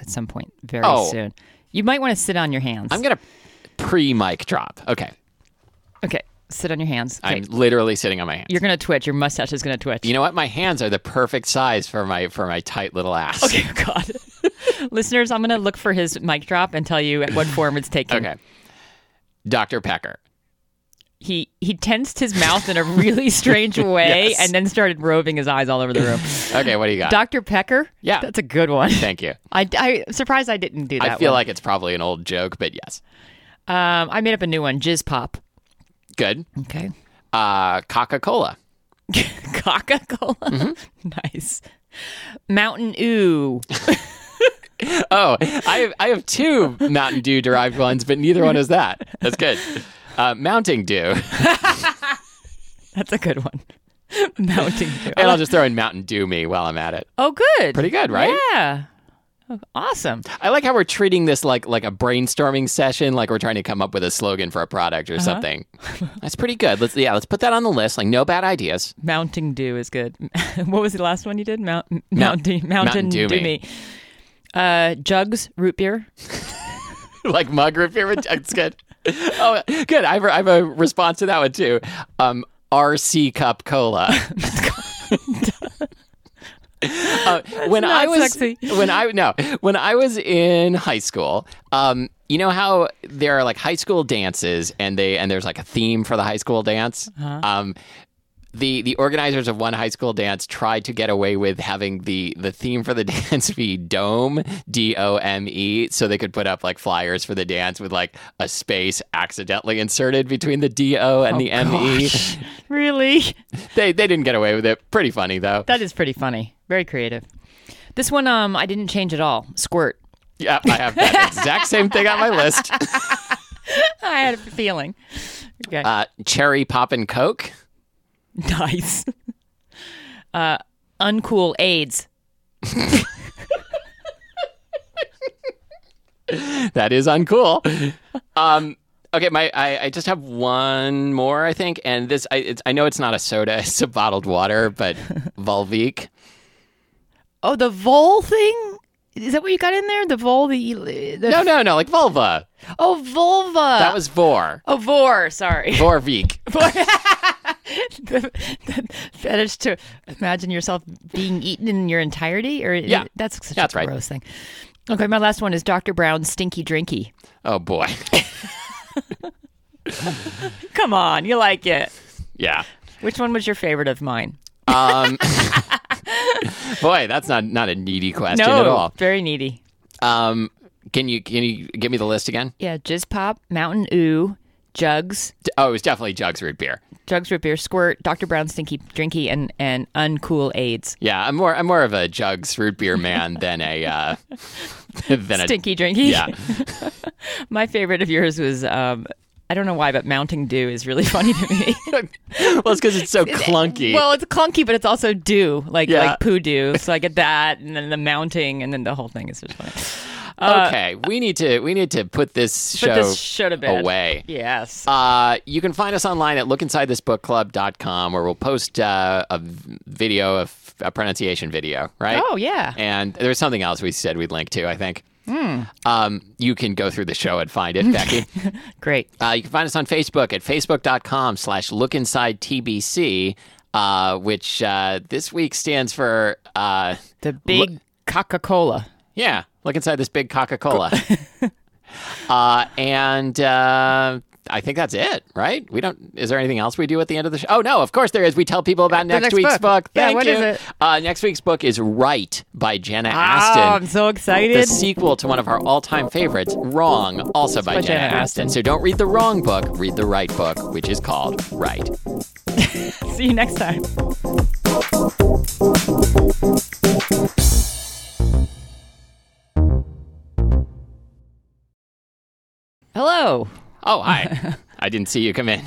[SPEAKER 2] at some point very
[SPEAKER 1] Oh.
[SPEAKER 2] soon. You might want to sit on your hands.
[SPEAKER 1] I'm gonna pre mic drop. Okay.
[SPEAKER 2] okay, sit on your hands. Okay.
[SPEAKER 1] I'm literally sitting on my hands.
[SPEAKER 2] You're going to twitch. Your mustache is going to twitch.
[SPEAKER 1] you know what? My hands are the perfect size for my for my tight little ass.
[SPEAKER 2] Oh, God. Listeners, I'm going to look for his mic drop and tell you what form it's taking.
[SPEAKER 1] Okay. Dr. Pecker.
[SPEAKER 2] He he tensed his mouth in a really strange way
[SPEAKER 1] Yes.
[SPEAKER 2] and then started roving his eyes all over the room.
[SPEAKER 1] Okay, what do you got?
[SPEAKER 2] Dr. Pecker?
[SPEAKER 1] Yeah.
[SPEAKER 2] That's a good one.
[SPEAKER 1] Thank you.
[SPEAKER 2] I, I, am surprised I didn't do that
[SPEAKER 1] I feel
[SPEAKER 2] one.
[SPEAKER 1] like it's probably an old joke, but yes.
[SPEAKER 2] um, I made up a new one, Jizz Pop.
[SPEAKER 1] Good.
[SPEAKER 2] Okay.
[SPEAKER 1] Uh Coca-Cola. Mm-hmm.
[SPEAKER 2] Coca Cola. nice. Mountain Ooh.
[SPEAKER 1] Oh, I have, I have two Mountain Dew derived ones, but neither one is that. That's good. Uh, Mounting Dew,
[SPEAKER 2] That's a good one. Mountain Dew.
[SPEAKER 1] and I'll just throw in Mountain Dew me while I'm at it.
[SPEAKER 2] oh, good.
[SPEAKER 1] Pretty good, right?
[SPEAKER 2] Yeah. Oh, Awesome.
[SPEAKER 1] I like how we're treating this like like a brainstorming session, like we're trying to come up with a slogan for a product or
[SPEAKER 2] Uh-huh.
[SPEAKER 1] something. That's pretty good. Let's yeah, let's put that on the list. Like no bad ideas.
[SPEAKER 2] Mounting Dew is good. what was the last one you did? Mount, Mountain, Mountain
[SPEAKER 1] Mountain
[SPEAKER 2] Dew
[SPEAKER 1] Dew
[SPEAKER 2] me.
[SPEAKER 1] me.
[SPEAKER 2] Uh, Jugs root beer.
[SPEAKER 1] like mug repair. That's good. Oh, good. I have, a- I have a response to that one too. Um, RC cup cola. Uh, when
[SPEAKER 2] not
[SPEAKER 1] I was
[SPEAKER 2] sexy.
[SPEAKER 1] when I no when I was in high school, um, you know how there are like high school dances and they and there's like a theme for the high school dance.
[SPEAKER 2] Uh-huh.
[SPEAKER 1] Um, the the organizers of one high school dance tried to get away with having the the theme for the dance be dome d o m e so they could put up like flyers for the dance with like a space accidentally inserted between the d o and the m e
[SPEAKER 2] really?
[SPEAKER 1] they they didn't get away with it pretty funny though
[SPEAKER 2] That is pretty funny. Very creative. This one, um, I didn't change at all. Squirt.
[SPEAKER 1] yeah i have that exact same thing on my list
[SPEAKER 2] I had a feeling. Okay.
[SPEAKER 1] uh cherry pop and coke
[SPEAKER 2] Nice. Uh, uncool AIDS.
[SPEAKER 1] that is uncool. Um, okay, my I, I just have one more, I think, and this I it's, I know it's not a soda, it's a bottled water, but Volvic.
[SPEAKER 2] Oh, the vole thing? Is that what you got in there? The vole, the, uh, the
[SPEAKER 1] No, no, no, like vulva.
[SPEAKER 2] oh vulva.
[SPEAKER 1] That was vor.
[SPEAKER 2] oh vor. Sorry,
[SPEAKER 1] Vorvik.
[SPEAKER 2] the, the fetish to imagine yourself being eaten in your entirety, or
[SPEAKER 1] Yeah.
[SPEAKER 2] that's such
[SPEAKER 1] That's
[SPEAKER 2] a
[SPEAKER 1] right.
[SPEAKER 2] gross thing. Okay, my last one is Dr. Brown's Stinky Drinky.
[SPEAKER 1] Oh boy.
[SPEAKER 2] Come on, you like it.
[SPEAKER 1] Yeah.
[SPEAKER 2] Which one was your favorite of mine?
[SPEAKER 1] Boy, that's not not a needy question at all.
[SPEAKER 2] very needy.
[SPEAKER 1] Um, can you can you give me the list again?
[SPEAKER 2] Yeah, Jizz Pop, Mountain Ooh, Jugs,
[SPEAKER 1] D- Oh, it was definitely Jugs root beer.
[SPEAKER 2] Jugs root beer, squirt, Dr. Brown stinky drinky, and and uncool AIDS.
[SPEAKER 1] Yeah, I'm more I'm more of a Jugs root beer man than a uh, than a
[SPEAKER 2] Stinky drinky.
[SPEAKER 1] yeah.
[SPEAKER 2] My favorite of yours was um, I don't know why, but Mounting Dew is really funny to me.
[SPEAKER 1] well, it's because it's so clunky.
[SPEAKER 2] well, it's clunky, but it's also dew, like
[SPEAKER 1] Yeah.
[SPEAKER 2] like poo dew. So I get that, and then the mounting, and then the whole thing is just funny.
[SPEAKER 1] okay, we need to we need to put this show
[SPEAKER 2] Uh, Put this show to bed.
[SPEAKER 1] away.
[SPEAKER 2] Yes.
[SPEAKER 1] Uh, you can find us online at lookinsidethisbookclub.com where we'll post uh, a v- video of a pronunciation video, right?
[SPEAKER 2] Oh, yeah.
[SPEAKER 1] And there's something else we said we'd link to, I think.
[SPEAKER 2] Hmm.
[SPEAKER 1] Um, you can go through the show and find it, Becky.
[SPEAKER 2] Great.
[SPEAKER 1] Uh, you can find us on Facebook at facebook.com slash lookinsidetbc, uh, which uh, this week stands for, uh,
[SPEAKER 2] The big Coca Cola.
[SPEAKER 1] yeah, look inside this big Coca-Cola. uh, and uh, I think that's it, right? We don't, is there anything else we do at the end of the show? Oh, no, of course there is. We tell people about next,
[SPEAKER 2] next
[SPEAKER 1] week's book.
[SPEAKER 2] book. Yeah,
[SPEAKER 1] Thank
[SPEAKER 2] what
[SPEAKER 1] you.
[SPEAKER 2] is it?
[SPEAKER 1] Uh, next week's book is Right by Jenna Aston.
[SPEAKER 2] Oh, I'm so
[SPEAKER 1] The
[SPEAKER 2] excited.
[SPEAKER 1] sequel to one of our all-time favorites, Wrong, also by,
[SPEAKER 2] by
[SPEAKER 1] Jenna,
[SPEAKER 2] Jenna
[SPEAKER 1] Aston. So don't read the wrong book, read the right book, which is called Right.
[SPEAKER 2] See you next time. Hello.
[SPEAKER 1] Oh, hi. I didn't see you come in.